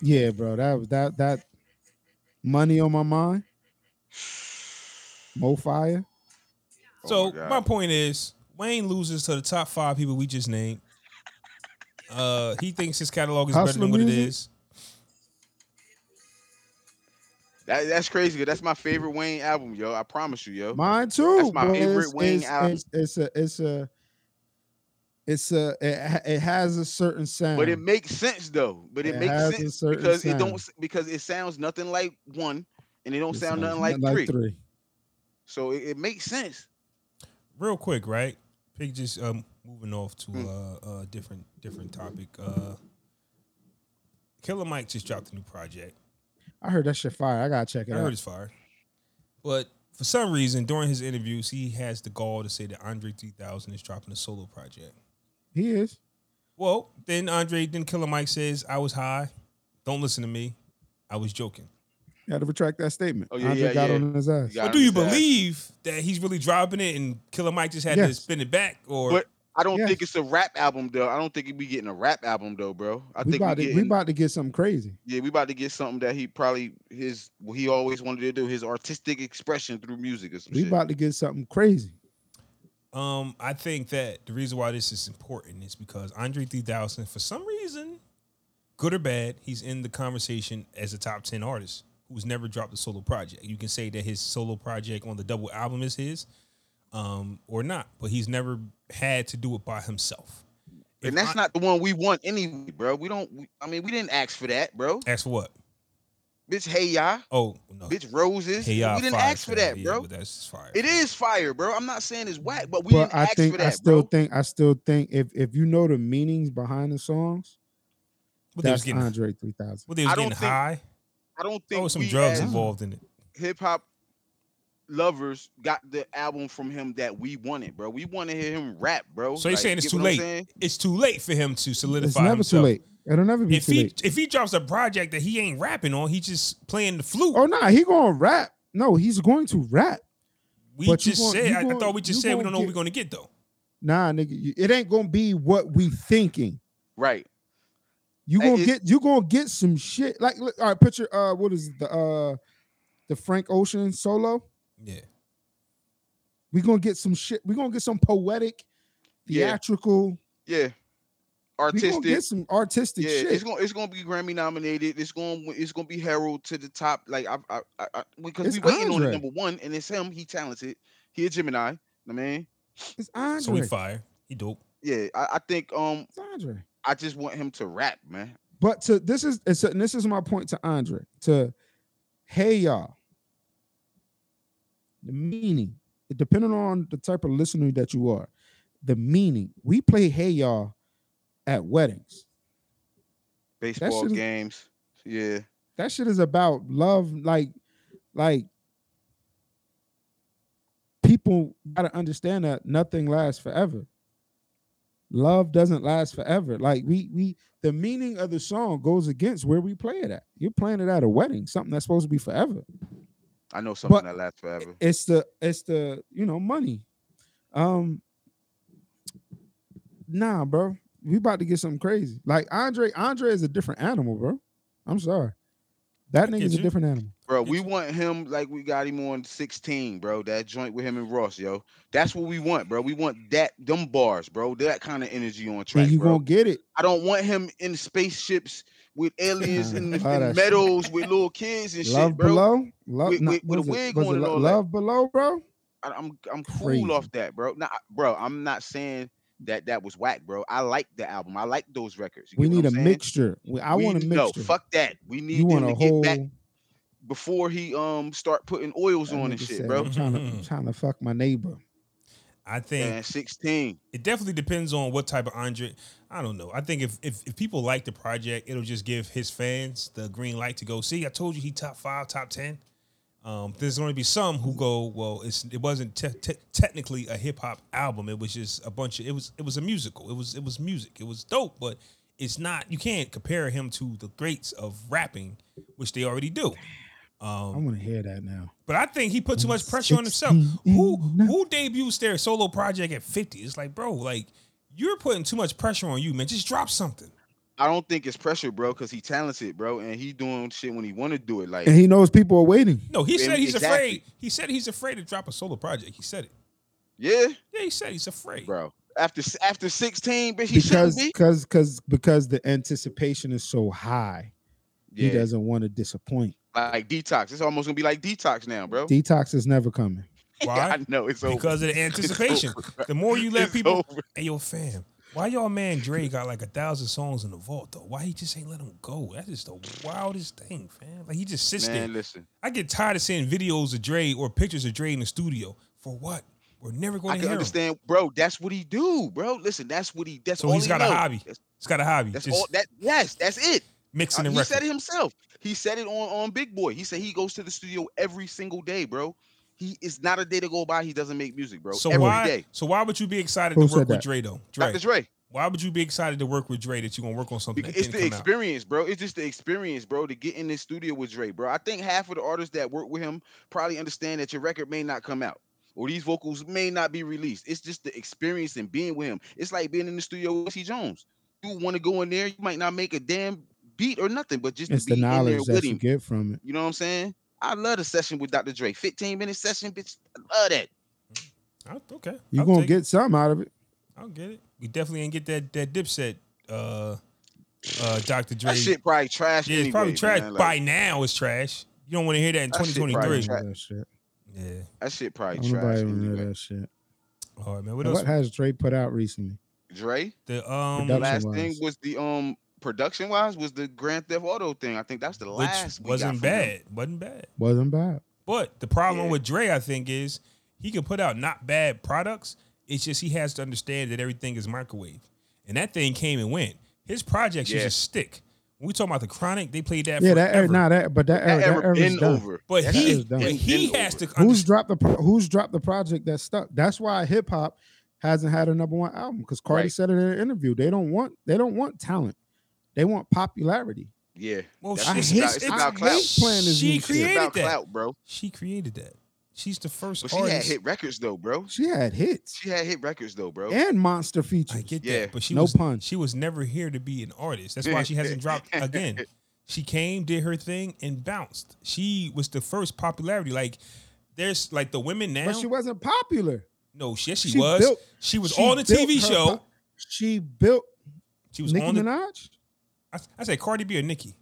yeah, bro. That was that that. Money on my mind. Mo fire.
So
Oh my God.
my point is, Wayne loses to the top five people we just named. Uh, he thinks his catalog is better
Hustler
than what it
music?
is.
That, that's crazy. 'cause That's my favorite Wayne album, yo. I promise you, yo.
Mine too.
That's my
bro.
favorite
It's-
Wayne
it's,
album.
It's, it's a it's a it's a it, ha- it has a certain sound.
but it makes sense though. But it,
It has
makes
a
sense
certain
because it
sound.
don't s- because it sounds nothing like one, and it don't
It
sound
sounds
nothing like
nothing
three. So it, it makes sense.
Real quick, right? Pig just um, moving off to
Hmm.
uh, a different different topic. Uh, Killer Mike just dropped a new project.
I heard that shit fire. I gotta check it
I heard
out.
it's fire, but for some reason during his interviews, he has the gall to say that Andre 3000 is dropping a solo project.
He is.
Well, then Andre, then Killer Mike says, "I was high. Don't listen to me. I was joking."
Got to retract that statement.
Oh, yeah,
Andre
yeah,
got
yeah.
on his ass.
You got
But do you
understand.
believe that he's really dropping it and Killer Mike just had to
Yes.
spin it back? Or
But- I don't
Yeah.
think it's a rap album though. I don't think we getting a rap album though, bro. I
we
think we
about to,
getting
we about to get something crazy.
yeah we about to get something that he probably his what he always wanted to do his artistic expression through music or some
We
shit.
about to get something crazy.
um, I think that the reason why this is important is because Andre 3000, for some reason, good or bad, he's in the conversation as a top 10 artist who's never dropped a solo project. You can say that his solo project on the double album is his um, or not, but he's never had to do it by himself. If
and that's
I-
not the one we want anyway, bro. We don't. We, I mean, we didn't ask for that, bro.
Ask for what?
Bitch, hey ya,
Oh, no.
bitch, roses.
Hey, y'all
we didn't
fire,
ask for
fam.
that,
Yeah,
bro.
but that's fire.
It is fire, bro. I'm not saying it's whack, but we
but
didn't
I
ask
think
for that,
I still
bro.
think I still think if if you know the meanings behind the songs,
But they was
that's
getting,
Andre three thousand.
but they was
I don't
getting
think-
high.
I don't
There
think
was some
we
drugs
as
involved in it.
hip hop lovers got the album from him that we wanted, bro. We want to hear him rap, bro.
So you're saying it's
get
too
what I'm
late.
saying?
It's too late for him to solidify
It's never
himself.
too late. It'll never be
If
too
he
late.
if he drops a project that he ain't rapping on, he just playing the flute.
Oh nah, he gonna rap. No, he's going to rap.
we
but you
just
gon-
said.
you
I, I
gon-
thought we just
you
said we
gon'
don't know what
get-
we're gonna get though.
Nah, nigga, you- it ain't gonna be what we thinking.
Right.
You
Hey,
gonna
it's-
get you gonna get some shit. Like look, all right, picture uh what is it, the uh the Frank Ocean solo?
Yeah.
We're gonna get some shit. We're gonna get some poetic,
Yeah.
theatrical,
Yeah,
we gonna
artistic.
get some artistic
Yeah,
shit.
it's gonna it's gonna be Grammy nominated. It's going to it's gonna be Herald to the top. Like I I I, I because
It's
we waiting on the
Andre.
number one, and it's him. He talented. He a Gemini. I mean,
it's Andre.
So he fire. He dope.
yeah. I, I think um
it's Andre.
I just want him to rap, man.
But to this is it's and this is my point to Andre. To hey y'all, the meaning, depending on the type of listener that you are, the meaning. We play hey y'all at weddings.
Baseball
shit is-
games. Yeah,
That shit is about love. Like, like people gotta understand that nothing lasts forever. Love doesn't last forever. Like we we the meaning of the song goes against where we play it at. You're playing it at a wedding, something that's supposed to be forever.
I know something
But-
that lasts forever.
It's the it's the you know money. Um nah, bro. We about to get something crazy. Like Andre, Andre is a different animal, bro. I'm sorry. That
I
nigga's
get
a
you.
different animal.
Bro,
Did
we
you-
want him like we got him on 16, bro. That joint with him and Ross, yo. That's what we want, bro. We want that them bars, bro. That kind of energy on track,
and you
bro.
gonna get it.
I don't want him in spaceships with aliens and,
Love that
and
shit.
meadows with little kids and
love
shit, bro.
below, love
With-
nah,
with- with
what
a
is it?
wig
Was
on
it
and
Lo-
all that.
love below, bro.
I, I'm I'm
Crazy.
cool off that, bro. Nah, I- bro, I'm not saying that that was whack, bro. I like the album. I like those records. You
We
get what
need a
I'm saying?
mixture. We- I
We
want a
need- No,
mixture.
fuck that. We need
you
them
want
to
a
get
whole.
back before he um start putting oils
that
on and
nigga
shit,
said,
bro.
I'm trying to, I'm trying to fuck my neighbor.
I think
And 16.
it definitely depends on what type of Andre. I don't know. I think if, if if people like the project, it'll just give his fans the green light to go. See, I told you he top five, top ten. Um, there's going to be some who go, well, it's it wasn't te- te- technically a hip hop album. It was just a bunch of it was it was a musical. It was it was music. It was dope, but it's not. You can't compare him to the greats of rapping, which they already do. Um,
I want to hear that now.
But I think he put too much
It's-
pressure on
it's
himself.
in-
Who
in- no.
who debuts their solo project at 50? It's like, bro, like you're putting too much pressure on you, man. Just drop something.
I don't think it's pressure, bro, because he talented, bro, and he doing shit when he want to do it. Like,
And he knows people are waiting.
No, he
Yeah,
said he's
exactly.
afraid. He said he's afraid to drop a solo project. He said it.
yeah,
Yeah, he said he's afraid.
bro. After s- after 16, bitch, he
Because,
shouldn't be.
because, because, because the anticipation is so high, he
Yeah,
doesn't want to disappoint.
like detox. It's almost gonna be like detox now, bro.
Detox is never coming.
Why?
I know it's over.
Because of the anticipation.
It's over.
The more you let
It's
people,
over.
hey yo, fam, why y'all man Dre got like a thousand songs in the vault though? Why he just ain't let him go? That is the wildest thing, fam. Like he just sits there.
Man, listen,
I get tired of seeing videos of Dre or pictures of Dre in the studio. For what? We're never
I
going to
can
hear him.
understand, bro. That's what he do, bro. Listen, that's what he. That's
So
all
he's
he
got a
know.
hobby.
That's,
It's got a hobby.
that's
just
all. That yes, that's it.
mixing
Uh,
the
he said
record.
it himself. He said it on on Big Boy. He said he goes to the studio every single day, bro. He is not a day to go by. He doesn't make music, bro.
So
every
why?
day.
So why would you be excited
Who
to work
said
with
that?
Dre though? Dre.
Dr. Dre.
Why would you be excited to work with Dre that you're gonna work on something
Because
that
it's
didn't
the
come out?
experience, bro. It's just the experience, bro, to get in the studio with Dre, bro. I think half of the artists that work with him probably understand that your record may not come out or these vocals may not be released. It's just the experience and being with him. It's like being in the studio with C. Jones. You want to go in there, you might not make a damn beat or nothing, but just
It's
to
the
be in there
knowledge that
with
you
him.
get from it.
You know what I'm saying? I love the session with Dr. Dre. 15 minute session, bitch. I love that.
I- okay,
You're
I'll
gonna
take
get
It.
something out of it.
I'll get it. We definitely ain't get that that Dipset, uh, uh, Dr. Dre.
That shit probably trash.
yeah, it's
anyway,
probably trash.
man. Like,
By now, it's trash. You don't want to hear that in
That shit probably
2023.
trash.
That shit.
Yeah.
that shit probably
Don't
trash.
nobody remember
Anyway.
that shit.
All right, man. What
Now,
else?
What has Dre put out recently?
Dre?
The um,
Production
last thing
wise.
was the um production wise was the Grand Theft Auto thing. I think that's the last.
which
we got
wasn't
from them.
bad. Wasn't bad.
Wasn't bad.
But the problem
Yeah.
with Dre, I think, is he can put out not bad products. It's just he has to understand that everything is microwave, and that thing came and went. His projects
Yeah.
used to stick. When we talking about the Chronic, they played that.
yeah, that
forever.
era, nah, that but that era,
That
Oh, that
era
era's
been
done.
over.
But
That
he,
era's
done.
but
been-
he
been
has to.
over.
Who's
understand-
dropped the pro- Who's dropped the project that stuck? That's why hip hop hasn't had a number one album because Cardi
Right.
said it in an interview. They don't want they don't want talent. They want popularity.
Yeah,
Well,
That's
she-
what
it's
it's-
about-
it's
it's-
about clout.
She
Playing this new
she
shit.
it's
created
about
that.
clout, bro.
She created that. She's the first
But she had
artist.
hit records though, bro.
She had hits
She had hit records though, bro.
and monster features.
I get
Yeah.
that, but she
No
was
pun.
she was never here to be an artist. That's why she hasn't dropped again. She came, did her thing, and bounced. She was the first popularity. Like there's like the women now.
but she wasn't popular.
no, she, yes, she,
she
was.
built-
she was
She
on the
built
TV
her
show.
pop- she built
she was
Nicki
on the.
Minaj.
I, I said Cardi B or Nicki.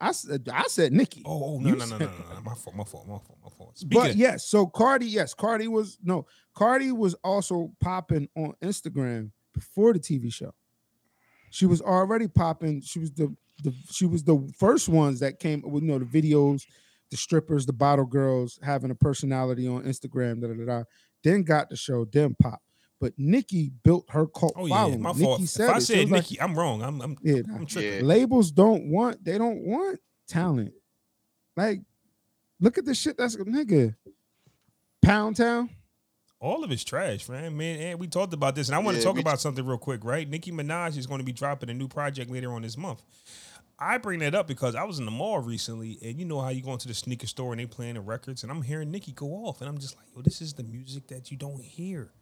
I said I said Nicki.
Oh, oh no,
You
no, no,
said-
no, no, no. My fault. My fault. My fault. My fault. Speaking.
but yes, so Cardi, yes, Cardi was no, Cardi was also popping on Instagram before the TV show. She was already popping. She was the, the she was the first ones that came with you know the videos, the strippers, the bottle girls having a personality on Instagram. Da da da. da. Then got the show. Then pop. But Nikki built her cult
oh yeah,
following.
my
Nicki
fault.
said
if I
it. She
said
was like,
Nicki, I'm wrong. I'm I'm,
yeah, nah
I'm tripping.
yeah.
labels don't want they don't want talent. Like, look at the shit that's nigga. Pound Town.
All of it's trash, man. Man, and we talked about this, and I want to
Yeah,
talk
we-
about something real quick, right? Nicki Minaj is going to be dropping a new project later on this month. I bring that up because I was in the mall recently, and you know how you go into the sneaker store and they playing the records, and I'm hearing Nicki go off, and I'm just like, yo, this is the music that you don't hear.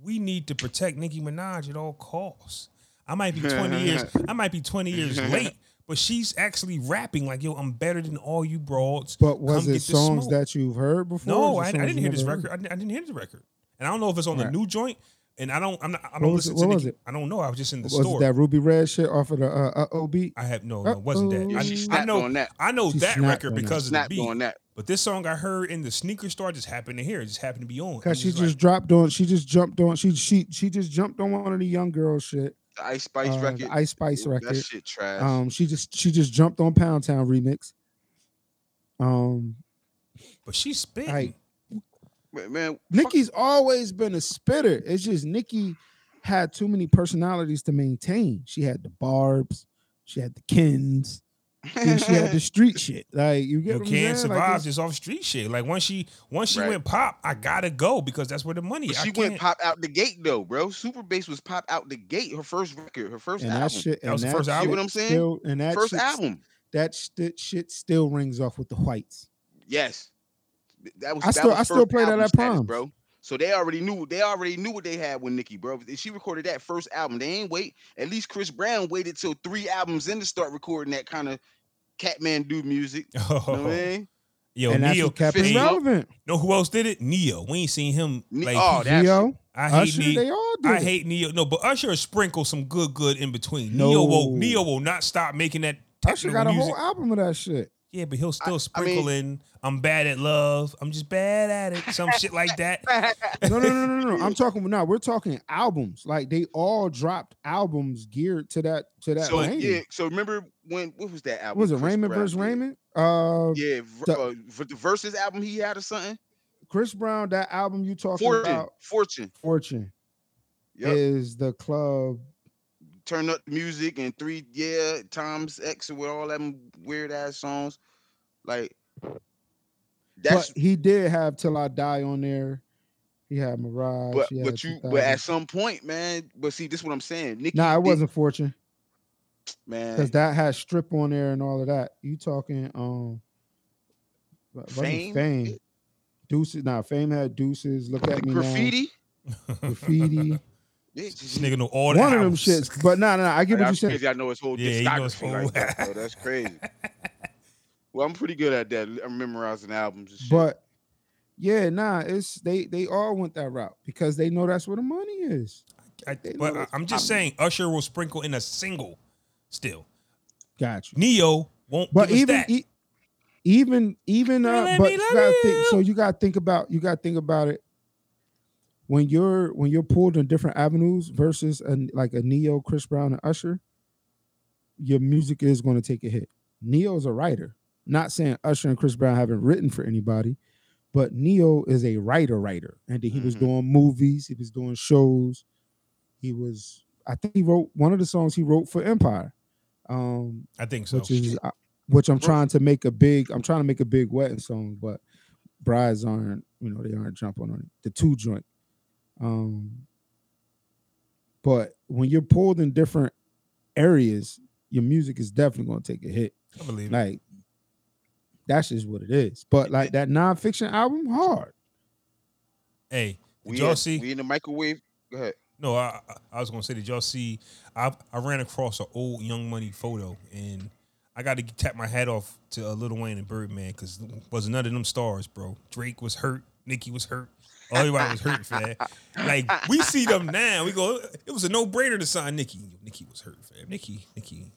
We need to protect Nicki Minaj at all costs. I might be 20 years, I might be 20 years late, but she's actually rapping like, yo, I'm better than all you broads.
But was
Come get
it
the
songs
smoke.
that you've heard before?
No,
Is it
I, I
songs
didn't
you
hear this
never heard?
record. I, didn't- I didn't hear the record, and I don't know if it's on the
Right.
new joint. And I don't. I'm not. I
What
don't
was it-
listen
what
to.
was
Nicki- I don't know. I was just in the
Was
store.
it that Ruby Red shit off of the uh uh beat?
I have no. no it wasn't
Uh-oh.
that.
Yeah, she
I
snapped
know-
on that.
I, I know
She
that
snapped
record
on that.
because of the
Snapped
beat.
on that.
But this song I heard in the sneaker store I just happened to hear. It just happened to be on. I'm
Cause she
like,
just dropped on, she just jumped on, she she she just jumped on one of the young girl shit,
The Ice Spice
uh, the
record.
Ice Spice
Ooh,
record.
That shit trash.
Um, she just she just jumped on Pound Town remix. Um,
but she's spitting.
like,
man, man,
Nikki's always been a spitter. It's just Nikki had too many personalities to maintain. She had the Barb's, she had the Kins, and she had the street shit. Like you
you
get what I'm saying?
can't survive
Like, it's-
just off street shit. Like once she once she
Right.
went pop, I gotta go because that's where the money.
But
I
she
can't,
went pop out the gate though, bro. Super Bass was pop out the gate. Her first record, her first
and that
album,
shit.
That was
and
the first
shit
album.
You know what I'm saying?
Still, and that
first
shit,
album.
That st- shit still rings off with the whites.
Yes, Th- that was.
I
that
still-
was
I still
first
play that
album
at
status,
proms.
bro. So they already knew. They already knew what they had with Nicki, bro. If she recorded that first album, they ain't wait. At least Chris Brown waited till three albums in to start recording that kind of Catman do music. You know what I mean?
Yo,
and that's
Neo.
what kept it
Fizz-
relevant.
Know who else did it? Neo. We ain't seen him.
Ne-
Like,
oh, that shit.
Yo,
I hate
Usher,
Neo.
they all did.
I
it.
hate Neo. No, but Usher sprinkle some good, good in between.
No.
Neo will Neo will not stop making that
Usher
techno
got a
music.
whole album of that shit.
yeah, but he'll still
I
sprinkle in. I'm bad at love. I'm just bad at it. Some shit like that.
No, no, no, no, no, no. I'm talking now. We're talking albums. Like they all dropped albums geared to that to that
so
lane.
yeah. So remember when? What was that album?
was it
Chris
Raymond
Brown
versus
did?
Raymond? Uh,
Yeah, v-
The-
uh, v- the verses album he had or something.
Chris Brown. That album you talking
Fortune,
about,
Fortune.
Fortune,
Yep.
is the club.
Turn up the music and three yeah times X with all them weird ass songs. Like that's
but he did have "Till I Die" on there. He had Mirage.
but
he had
but you but
2000.
at some point, man. But see, this is what I'm saying. Nicki,
nah, it
did-
wasn't Fortune
man.
because that had strip on there and all of that. You talking um, what- wasn't
Fame?
Fame, Deuces. Nah, Fame had Deuces. Look
The
at me graffiti.
graffiti.
now, graffiti.
Yeah,
This nigga know all the
One of them
albums.
shits. But nah, nah, nah, I get what you
that's
said.
crazy. I know his whole
Yeah, he knows
discography
whole-
like that. Bro. That's crazy. well, I'm pretty good at that. I'm memorizing albums. And shit.
But yeah, nah, it's they they all went that route because they know that's where the money is.
I-
They know
but I,
it's
I'm just
pop.
saying, Usher will sprinkle in a single. Still,
Got you.
Neo won't.
But
give
even
us that.
e- even even
Girl,
uh,
let
but
me
you
love
gotta think,
you.
so you gotta think about you gotta think about it when you're when you're pulled in different avenues versus a, like a Neo, Chris Brown, and Usher. Your music is going to take a hit. Neo's a writer. Not saying Usher and Chris Brown haven't written for anybody, but Neo is a writer writer, and then he was
Mhm.
Mm-hmm.
doing movies, he was doing shows, he was. I think he wrote one of the songs he wrote for Empire. Um,
I think so.
which is uh, which I'm
Bro.
trying to make a big I'm trying to make a big wedding song, but brides aren't you know they aren't jumping on it. The two joint, um, but when you're pulled in different areas, your music is definitely going to take a hit.
I believe. it.
Like That's just what it is. But like that nonfiction album, hard.
Hey, did
We
y'all
in-
see?
we in the microwave. Go ahead.
No, I I- I was gonna say, did y'all see? I I ran across an old Young Money photo, and I got to tap my hat off to uh, Little Wayne and Birdman because was none of them stars, bro. Drake was hurt, Nicki was hurt, everybody was hurt for that. Like we see them now, we go. It was a no brainer to sign Nicki. Nicki was hurt, fam. Nicki, Nicki,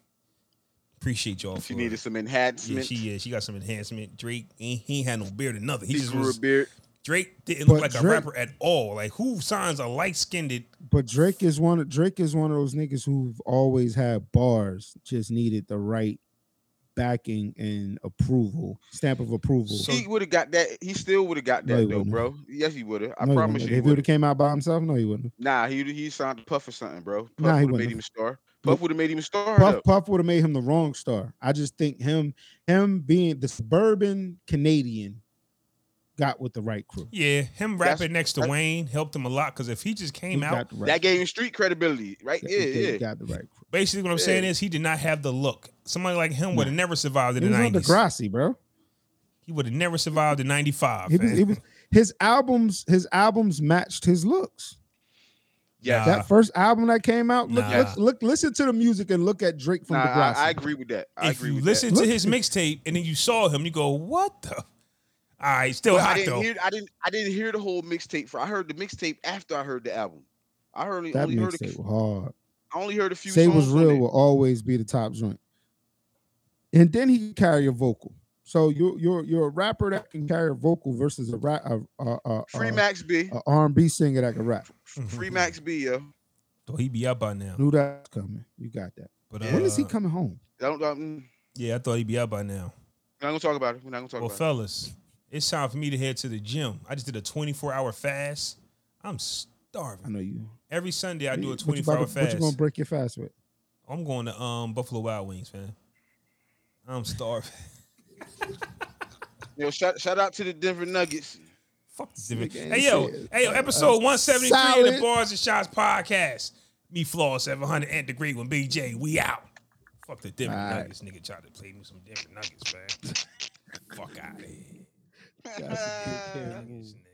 appreciate y'all.
She
for-
needed some
yeah,
enhancement.
she yeah, she got some enhancement. Drake, he, he ain't had no beard or nothing. He
she
just
grew
was,
a beard.
Drake didn't look
But
like a
Drake-
rapper at all. Like who signs a light skinned
But Drake is one of Drake is one of those niggas who've always had bars, just needed the right backing and approval, stamp of approval.
So-
he would have got that. He still would have got
No,
that
he
though,
wouldn't.
bro. Yes, he would have. I
No, he
promise
wouldn't.
you. he
If he would
would've.
have came out by himself, no, he wouldn't.
Nah, he he signed to Puff or something, bro. Puff
Nah, he
would have made
wouldn't.
him a star. Puff would have made him a star.
Puff
though.
Puff would have made him the wrong star. I just think him him being the suburban Canadian got with the right crew.
Yeah, him
That's-
rapping next to
that's-
Wayne helped him a lot because if he just
He
came out,
got the right
That gave him street credibility, right?
crew.
Yeah,
He
yeah.
got the right crew.
basically what I'm
Yeah.
saying is he did not have the look. Somebody like him would have never survived in
He
the
was on
nineties.
Degrassi, bro.
He would have never survived in '95.
He was, he was his albums his albums matched his looks.
Yes.
Nah.
that first album that came out. Look,
Nah.
look, look, listen to the music and look at Drake from
Nah,
the
I,
Degrassi.
I agree with that. I
if
agree
you
with
listen
that.
to his mixtape and then you saw him, you go, "What the?" All right,
that.
still
But I
hot
didn't
though.
hear. I didn't. I didn't hear the whole mixtape. For I heard the mixtape after I heard the album. I heard only,
That
only heard. A,
mixtape was hard.
I only heard a few.
Say
songs
was
on
real
there.
will always be the top joint, and then he can carry a vocal. So you're you're you're a rapper that can carry a vocal versus a rap a a, a,
Free
a,
Max B.
a R&B singer that can rap.
Free Max B. Yo.
Though he be out by now.
Knew that's coming. You got that.
But uh,
Yeah.
When is he coming home?
Don't. don't mm,
Yeah, I thought he'd be out by now.
we're not gonna talk about it. We're not gonna talk
Well,
about
fellas, it's time for me to head to the gym. I just did a 24-hour fast. I'm
I
starving.
know you.
Every Sunday I do a
What you
24-hour
about to- What you
fast.
gonna break your fast with?
I'm going to um Buffalo Wild Wings, man. I'm starving.
it. Yo, shout, shout out to the Denver Nuggets.
Fuck this
Nigga
event.
ain't
Hey yo,
shit.
hey yo,
Uh,
episode 173 of the
solid.
Bars and Shots podcast. Me Flaw 700 and degree with BJ. We out. Fuck the Denver
Alright.
Nuggets, nigga. Tried to play me some Denver Nuggets, man. Fuck out of here.
Gotta take care of
Nuggets, nigga.